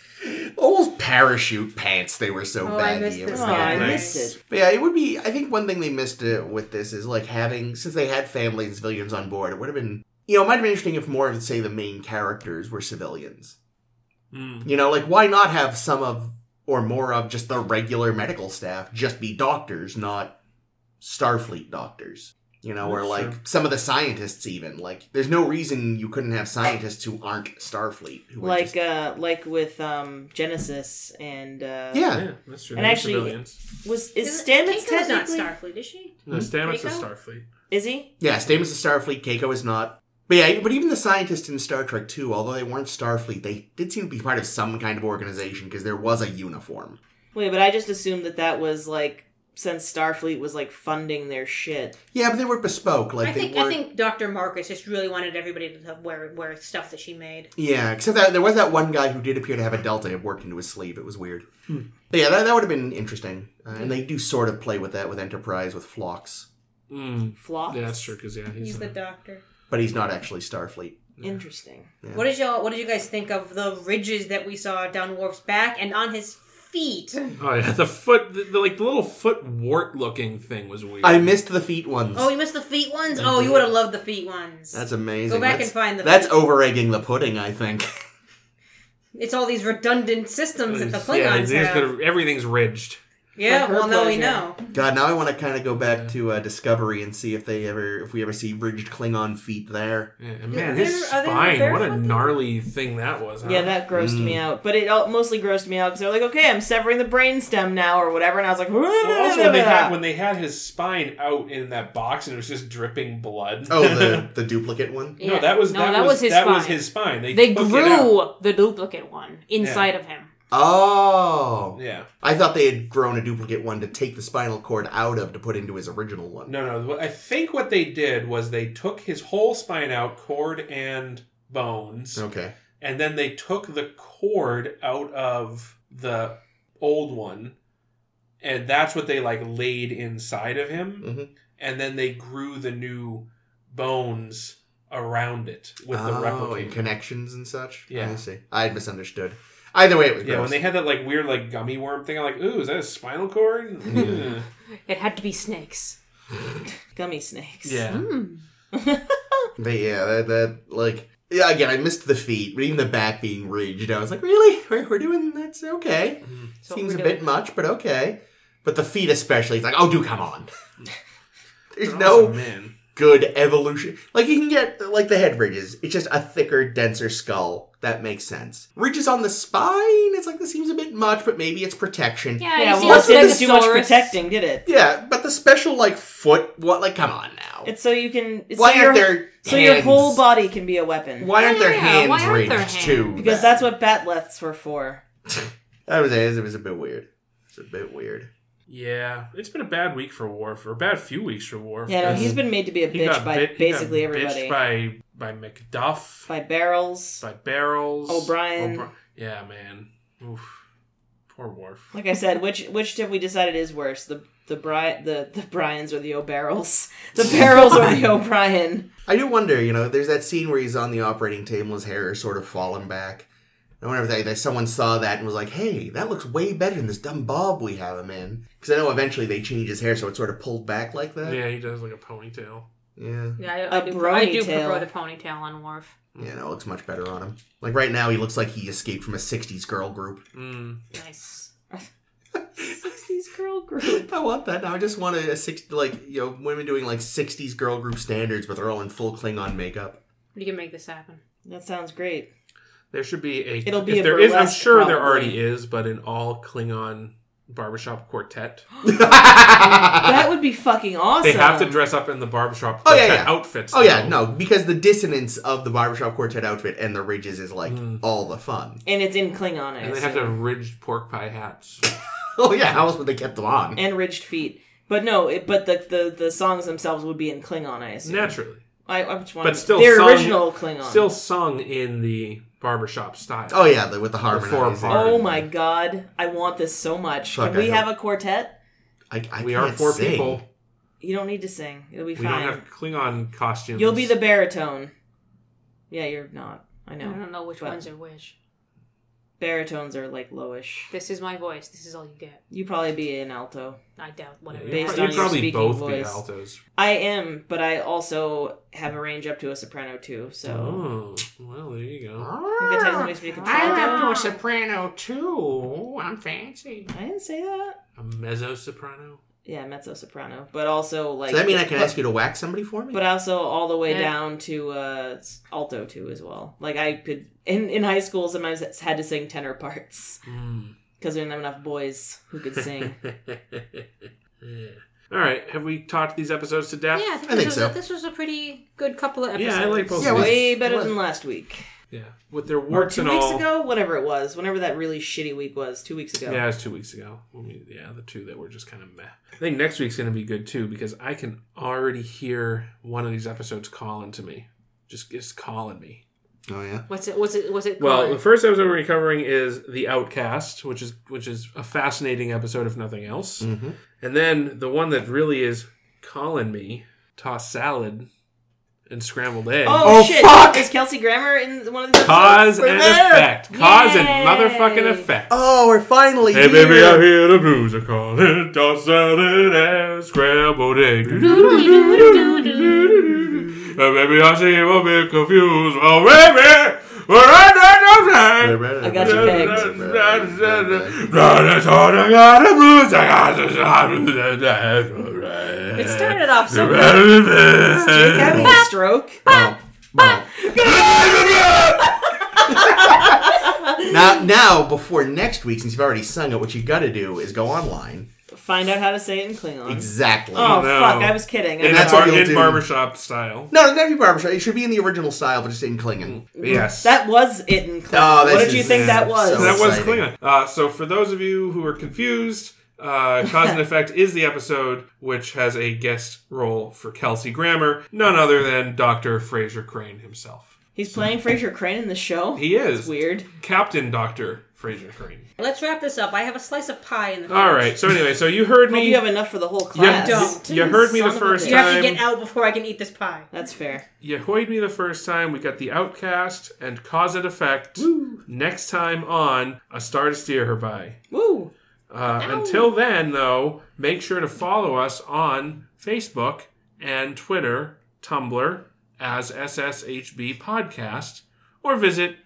Speaker 2: almost parachute pants. They were so
Speaker 3: Oh, I
Speaker 2: baggy.
Speaker 3: missed
Speaker 2: It
Speaker 3: this
Speaker 2: was
Speaker 1: Oh,
Speaker 2: not
Speaker 1: I
Speaker 2: nice.
Speaker 1: missed it.
Speaker 2: But yeah, it would be. I think one thing they missed uh, with this is like having since they had families and civilians on board, it would have been you know it might have been interesting if more of say the main characters were civilians.
Speaker 4: Mm.
Speaker 2: You know, like why not have some of or more of just the regular medical staff just be doctors, not Starfleet doctors. You know, or
Speaker 4: That's
Speaker 2: like
Speaker 4: true.
Speaker 2: some of the scientists even like there's no reason you couldn't have scientists who aren't Starfleet who are
Speaker 1: Like
Speaker 2: just-
Speaker 1: uh, like with um, Genesis and uh,
Speaker 2: yeah.
Speaker 4: Yeah, that's true.
Speaker 1: And
Speaker 4: They're
Speaker 1: actually-
Speaker 4: civilians.
Speaker 1: was is
Speaker 3: Isn't-
Speaker 1: Stamets
Speaker 3: Keiko's not
Speaker 1: technically
Speaker 3: Starfleet, is she?
Speaker 4: No,
Speaker 1: Hmm?
Speaker 4: Stamets is
Speaker 3: Keiko?
Speaker 4: Starfleet.
Speaker 1: is he?
Speaker 2: Yeah, Stamets is Starfleet. Keiko is not. But yeah, but even the scientists in Star Trek 2, although they weren't Starfleet, they did seem to be part of some kind of organization because there was a uniform.
Speaker 1: Wait, but I just assumed that that was like since Starfleet was like funding their shit.
Speaker 2: Yeah, but they were bespoke. Like
Speaker 3: I
Speaker 2: they
Speaker 3: think
Speaker 2: were.
Speaker 3: I think Dr. Marcus just really wanted everybody to wear wear stuff that she made.
Speaker 2: Yeah, except that there was that one guy who did appear to have a delta it worked into his sleeve. It was weird. But yeah, that, that would have been interesting. Uh, and they do sort of play with that with Enterprise with Phlox,
Speaker 4: Mm.
Speaker 1: Flock.
Speaker 4: Yeah, that's true. Because yeah, he's,
Speaker 3: He's
Speaker 4: a-
Speaker 3: the doctor.
Speaker 2: but he's not actually Starfleet.
Speaker 1: Interesting.
Speaker 3: What did y'all? What did you guys think of the ridges that we saw down Worf's back and on his feet.
Speaker 4: Oh yeah, the foot, the, the, like the little foot wart looking thing was weird.
Speaker 2: I missed the feet ones.
Speaker 3: Oh, you missed the feet ones? Oh, you would have loved the feet ones.
Speaker 2: that's amazing.
Speaker 3: Go back
Speaker 2: that's,
Speaker 3: and find the
Speaker 2: That's
Speaker 3: feet.
Speaker 2: over egging the pudding, I think.
Speaker 3: it's all these redundant systems that the
Speaker 4: yeah,
Speaker 3: Klingons
Speaker 4: it's- it's
Speaker 3: have.
Speaker 4: gonna- everything's ridged.
Speaker 3: yeah,
Speaker 1: For her
Speaker 3: well, now we
Speaker 1: pleasure.
Speaker 3: know.
Speaker 2: God, now I want to kind of go back to uh, Discovery and see if they ever, if we ever see ridged Klingon feet there.
Speaker 4: Yeah, and
Speaker 3: there-
Speaker 4: man, his
Speaker 3: are there
Speaker 4: spine, what a
Speaker 3: barefoot?
Speaker 4: gnarly thing that was. Huh?
Speaker 1: Yeah, that grossed me
Speaker 4: mm.
Speaker 1: out. But it all, mostly grossed me out because they're like, okay, I'm severing the brainstem now or whatever, and I was like,
Speaker 4: Well, also when they had when they had his spine out in that box and it was just dripping blood.
Speaker 2: Oh, the the duplicate one.
Speaker 4: no, that was
Speaker 3: No,
Speaker 4: that,
Speaker 3: that
Speaker 4: was,
Speaker 3: was his
Speaker 4: that was
Speaker 3: spine.
Speaker 4: his spine. They,
Speaker 3: They
Speaker 4: took it out.
Speaker 3: grew the duplicate one inside of him.
Speaker 2: Oh,
Speaker 4: Yeah,
Speaker 2: I thought they had grown a duplicate one to take the spinal cord out of to put into his original one.
Speaker 4: no, no. what- I think what they did was they took his whole spine out, cord and bones,
Speaker 2: Okay.
Speaker 4: and then they took the cord out of the old one, and that's what they like laid inside of him.
Speaker 2: hmm
Speaker 4: and then they grew the new bones around it with the
Speaker 2: Oh, and
Speaker 4: replicator.
Speaker 2: connections and such.
Speaker 4: Yeah.
Speaker 2: I see. I had misunderstood. Either way, it was
Speaker 4: Yeah,
Speaker 2: gross.
Speaker 4: when they had that like weird like gummy worm thing, I'm like, ooh, is that a spinal cord?
Speaker 2: Yeah.
Speaker 3: It had to be snakes.
Speaker 1: gummy snakes.
Speaker 4: yeah.
Speaker 3: Hmm.
Speaker 2: But yeah, that, that like yeah. Again, I missed the feet, but even the back being ridged. I was like, really? We're, we're doing that's okay.
Speaker 3: So
Speaker 2: Seems a
Speaker 3: we're
Speaker 2: bit
Speaker 3: doing-
Speaker 2: much, but okay. But the feet, especially, it's like, oh, do come on. There's
Speaker 4: They're
Speaker 2: no
Speaker 4: awesome, man.
Speaker 2: good evolution. Like you can get like the head ridges. It's just a thicker, denser skull. That makes sense. Ridges on the spine. It's like this seems a bit much, but maybe it's protection.
Speaker 3: Yeah,
Speaker 1: Yeah,
Speaker 3: you see
Speaker 1: well, it
Speaker 3: the
Speaker 1: didn't do much
Speaker 3: Stegosaurus.
Speaker 1: protecting, did it?
Speaker 2: Yeah, but the special like foot. What? Like, come on now.
Speaker 1: It's so you can. It's
Speaker 2: why
Speaker 1: so
Speaker 2: aren't
Speaker 1: your,
Speaker 2: there?
Speaker 1: So your
Speaker 2: hands?
Speaker 1: whole body can be a weapon.
Speaker 2: Why aren't their
Speaker 3: Yeah,
Speaker 2: hands
Speaker 3: why aren't
Speaker 2: ridged
Speaker 3: their
Speaker 2: too?
Speaker 3: hands?
Speaker 1: Because
Speaker 2: then?
Speaker 1: that's what batleths were for.
Speaker 2: That was it. It was a bit weird. It's a bit weird.
Speaker 4: Yeah, it's been a bad week for Worf, or a bad few weeks for Worf.
Speaker 1: Yeah, no,
Speaker 4: because
Speaker 1: he's been made to be a
Speaker 4: he
Speaker 1: bitch
Speaker 4: got
Speaker 1: by
Speaker 4: bit- he
Speaker 1: basically
Speaker 4: got bitched
Speaker 1: everybody. By,
Speaker 4: By by McDuff, by,
Speaker 1: barrels.
Speaker 4: Barrels,
Speaker 1: O'Brien.
Speaker 4: O'Bri- yeah, man. Oof. Poor Worf.
Speaker 1: like I said, which which have we decided is worse? The the Bri- the the Bryans or the O'Barrels? The Barrels or the O'Brien?
Speaker 2: I do wonder, you know, there's that scene where he's on the operating table and his hair is sort of falling back. I wonder if that, that someone saw that and was like, hey, that looks way better than this dumb bob we have him in. Because I know eventually they change his hair so it's sort of pulled back like that.
Speaker 4: Yeah, he does like a ponytail.
Speaker 2: Yeah.
Speaker 3: Yeah, I,
Speaker 1: A
Speaker 3: I, do, I do
Speaker 1: brony tail.
Speaker 3: prefer the ponytail on Worf.
Speaker 2: Yeah, no, it looks much better on him. Like right now, he looks like he escaped from a 60s girl group.
Speaker 4: Mm.
Speaker 3: Nice.
Speaker 1: Sixties girl group.
Speaker 2: I want that now. I just want a, a six, like, you know, women doing like 60s girl group standards, but they're all in full Klingon makeup.
Speaker 3: You can make this happen.
Speaker 1: That sounds great.
Speaker 4: There should be a.
Speaker 1: It'll be
Speaker 4: if
Speaker 1: a
Speaker 4: there is- I'm
Speaker 1: burlesque,
Speaker 4: sure there
Speaker 1: probably.
Speaker 4: already is, but an all Klingon barbershop quartet.
Speaker 1: That would be fucking awesome.
Speaker 4: They have to dress up in the barbershop
Speaker 2: Oh, yeah,
Speaker 4: quartet
Speaker 2: yeah.
Speaker 4: outfits.
Speaker 2: Oh yeah, no,
Speaker 4: though.
Speaker 2: because the dissonance of the barbershop quartet outfit and the ridges is like
Speaker 4: Hmm.
Speaker 2: all the fun.
Speaker 1: and it's in Klingon. I
Speaker 4: And they have to
Speaker 1: assume.
Speaker 4: have ridged pork pie hats.
Speaker 2: Oh yeah, how else would they kept them on?
Speaker 1: and ridged feet. But no, it, but the, the the songs themselves would be in Klingon. I assume.
Speaker 4: Naturally.
Speaker 1: I, I just wanted
Speaker 4: But still
Speaker 1: their
Speaker 4: sung-
Speaker 1: original Klingon.
Speaker 4: Still sung in the barbershop style.
Speaker 2: Oh yeah, the, with the
Speaker 4: The four
Speaker 2: harmonizing.
Speaker 4: bar.
Speaker 1: Oh my god, I want this so much.
Speaker 2: Fuck,
Speaker 1: Can we
Speaker 2: I
Speaker 1: have
Speaker 2: hope-
Speaker 1: a quartet?
Speaker 2: I, I
Speaker 4: we are
Speaker 2: can't
Speaker 4: four
Speaker 2: sing.
Speaker 4: people.
Speaker 1: You don't need to sing. It'll be
Speaker 4: We
Speaker 1: fine.
Speaker 4: don't have Klingon costumes.
Speaker 1: You'll be the baritone. Yeah, you're not. I know.
Speaker 3: I don't know which
Speaker 1: But-
Speaker 3: ones are which.
Speaker 1: Baritones are like lowish.
Speaker 3: This is my voice. This is all you get.
Speaker 1: You probably be an alto.
Speaker 3: I doubt
Speaker 4: Yeah,
Speaker 3: whatever.
Speaker 4: you'd
Speaker 1: Based
Speaker 4: pro-
Speaker 1: on
Speaker 4: you'd
Speaker 1: your
Speaker 4: probably
Speaker 1: speaking
Speaker 4: both be
Speaker 1: voice.
Speaker 4: altos.
Speaker 1: I am, but I also have a range up to a soprano too. So
Speaker 4: Oh, well, there you go.
Speaker 2: Ah.
Speaker 1: I think that technically makes me a
Speaker 3: Ah.
Speaker 1: contralto.
Speaker 2: to a soprano too. I'm fancy.
Speaker 1: I didn't say that.
Speaker 4: A mezzo soprano.
Speaker 1: Yeah, mezzo soprano, but also like.
Speaker 2: Does that mean I
Speaker 1: but-
Speaker 2: can ask you to whack somebody for me?
Speaker 1: But also all the way
Speaker 3: Yeah.
Speaker 1: down to uh, s- alto too as well. Like I could in in high school sometimes I had to sing tenor parts
Speaker 4: Mm.
Speaker 1: because we didn't have enough boys who could sing.
Speaker 4: Yeah. All right, have we talked these episodes to death?
Speaker 3: Yeah, I
Speaker 2: I
Speaker 3: think,
Speaker 2: think
Speaker 3: this, was
Speaker 2: so.
Speaker 3: A, this was a pretty good couple of episodes.
Speaker 4: Yeah, I like both.
Speaker 2: Yeah,
Speaker 4: of
Speaker 2: well-
Speaker 4: these.
Speaker 1: Way better than last week.
Speaker 4: yeah, with their
Speaker 1: Or
Speaker 4: warts
Speaker 1: two
Speaker 4: and
Speaker 1: weeks
Speaker 4: all.
Speaker 1: ago, whatever it was, whenever that really shitty week was, two weeks ago.
Speaker 4: Yeah, it was two weeks ago. I mean, yeah, the two that were just kind of meh. I think next week's going to be good too because I can already hear one of these episodes calling to me. Just just calling me.
Speaker 2: oh yeah.
Speaker 3: What's it? Was it? Was it?
Speaker 4: Well,
Speaker 3: called?
Speaker 4: the first episode we're covering is The Outcast, which is which is a fascinating episode if nothing else.
Speaker 2: Mm-hmm.
Speaker 4: And then the one that really is calling me, Toss Salad, and scrambled eggs.
Speaker 1: Oh,
Speaker 2: Oh,
Speaker 1: shit!
Speaker 2: fuck!
Speaker 1: Is Kelsey Grammer in one of these? episodes?
Speaker 4: Cause
Speaker 2: We're
Speaker 4: and
Speaker 2: there!
Speaker 4: effect. Cause and
Speaker 3: Yay.
Speaker 4: motherfucking effect.
Speaker 2: Oh, we're finally
Speaker 4: Hey
Speaker 2: here.
Speaker 4: baby, I hear the blues are calling. Toss salad and scrambled egg. Hey, baby, I see you a bit confused. Oh baby, we're at that no time.
Speaker 1: I got you pegged.
Speaker 4: It's hard, I got the blues, I got the blues.
Speaker 3: It started off so good.
Speaker 1: Jake having
Speaker 4: good.
Speaker 1: a stroke.
Speaker 2: Bop, bop. Now, now, before next week, since you've already sung it, what you got to do is go online.
Speaker 1: Find out how to say it in Klingon.
Speaker 2: Exactly.
Speaker 1: Oh
Speaker 4: No.
Speaker 1: fuck! I was kidding.
Speaker 4: In,
Speaker 1: I-
Speaker 2: that's what
Speaker 4: bar-
Speaker 2: you'll
Speaker 4: in
Speaker 2: do.
Speaker 4: barbershop style.
Speaker 2: No, it doesn't have to be barbershop. It should be in the original style, but just in Klingon.
Speaker 4: Yes.
Speaker 1: that was it in Klingon.
Speaker 2: Oh, that's
Speaker 1: what did you
Speaker 2: just-
Speaker 1: think
Speaker 2: yeah.
Speaker 1: that was?
Speaker 2: So
Speaker 4: that was
Speaker 2: exciting.
Speaker 4: Klingon. Uh, so for those of you who are confused, uh, Cause and Effect is the episode which has a guest role for Kelsey Grammer, none other than Dr. Fraser Crane himself.
Speaker 1: He's playing Fraser Crane in the show.
Speaker 4: He is
Speaker 1: That's weird.
Speaker 4: Captain Dr. Fraser Crane.
Speaker 3: Let's wrap this up. I have a slice of pie in the fridge.
Speaker 4: All right. So anyway, so you heard
Speaker 1: Hope
Speaker 4: me.
Speaker 1: you have enough for the whole class.
Speaker 4: you,
Speaker 3: Don't.
Speaker 4: you heard me the
Speaker 1: Son of a
Speaker 4: first
Speaker 1: bitch.
Speaker 3: You have to
Speaker 4: time.
Speaker 3: get out before I can eat this pie.
Speaker 1: That's fair.
Speaker 4: You hoyed me the first time. We got the outcast and cause and effect. Next time on a star to steer her by.
Speaker 1: Woo!
Speaker 4: Uh, until then, though, make sure to follow us on Facebook and Twitter, Tumblr as SSHB Podcast, or visit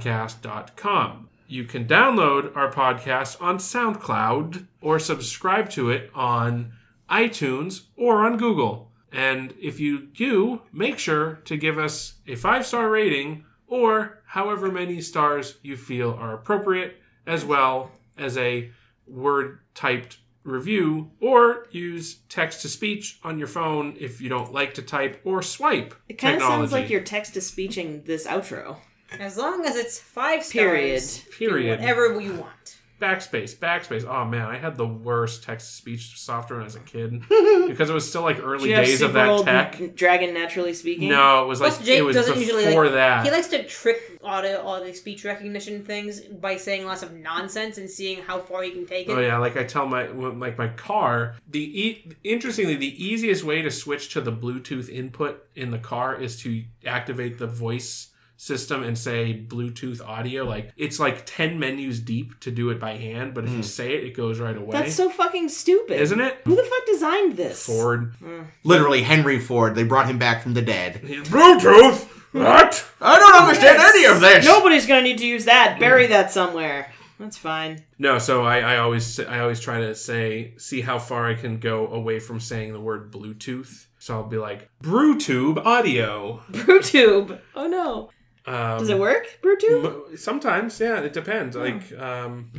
Speaker 4: SSHBpodcast.com. You can download our podcast on SoundCloud or subscribe to it on iTunes or on Google. And if you do, make sure to give us a five star rating or however many stars you feel are appropriate, as well as a word typed review, or use text to speech on your phone if you don't like to type or swipe.
Speaker 1: It kind of
Speaker 4: technology.
Speaker 1: sounds like your text is speeching this outro.
Speaker 3: As long as it's five stars.
Speaker 1: Period.
Speaker 4: period.
Speaker 3: Whatever you want.
Speaker 4: Backspace, backspace. Oh man, I had the worst text to speech software as a kid because it was still like early
Speaker 1: Do you have
Speaker 4: days of
Speaker 1: Super
Speaker 4: that
Speaker 1: Old
Speaker 4: tech.
Speaker 1: N- Dragon naturally speaking?
Speaker 4: No, it was
Speaker 3: Plus,
Speaker 4: like
Speaker 3: Jake
Speaker 4: it was
Speaker 3: doesn't
Speaker 4: before
Speaker 3: usually like,
Speaker 4: that.
Speaker 3: He likes to trick auto all the speech recognition things by saying lots of nonsense and seeing how far he can take it.
Speaker 4: Oh yeah, like I tell my when- like my car. The e- interestingly, the easiest way to switch to the Bluetooth input in the car is to activate the voice system and say Bluetooth audio. Like it's like ten menus deep to do it by hand, but if
Speaker 3: Mm.
Speaker 4: you say it, it goes right away.
Speaker 1: That's so fucking stupid.
Speaker 4: isn't it?
Speaker 1: Who the fuck designed this?
Speaker 4: Ford.
Speaker 2: Literally, Henry Ford. They brought him back from the dead.
Speaker 4: Bluetooth. What?
Speaker 2: I don't understand any of this.
Speaker 1: Nobody's gonna need to use that. Bury that somewhere. That's fine.
Speaker 4: No, so I, I always I always try to say see how far I can go away from saying the word Bluetooth. So I'll be like BrewTube audio.
Speaker 1: BrewTube. Oh no.
Speaker 4: Um,
Speaker 1: Does it work? Hmm. BrewTube.
Speaker 4: m- Sometimes, yeah, it depends. Like, um,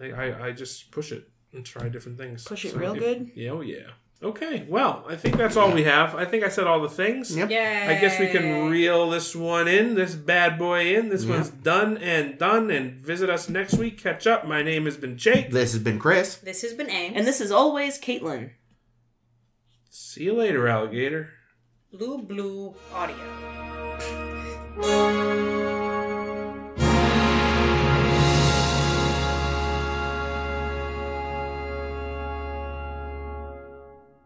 Speaker 4: I, I I just push it and try different things.
Speaker 1: Hmm. Push it real good?
Speaker 4: Yeah, oh yeah. Okay, well, I think that's all we have. I think I said all the things.
Speaker 2: Yep.
Speaker 3: Yeah.
Speaker 4: I guess we can reel this one in, this bad boy in. This one's done and done. And visit us next week. Catch up. My name has been Jake.
Speaker 2: This has been Chris.
Speaker 3: This has been Ames.
Speaker 1: And this is always Caitlin.
Speaker 4: See you later, alligator.
Speaker 3: blue blue audio.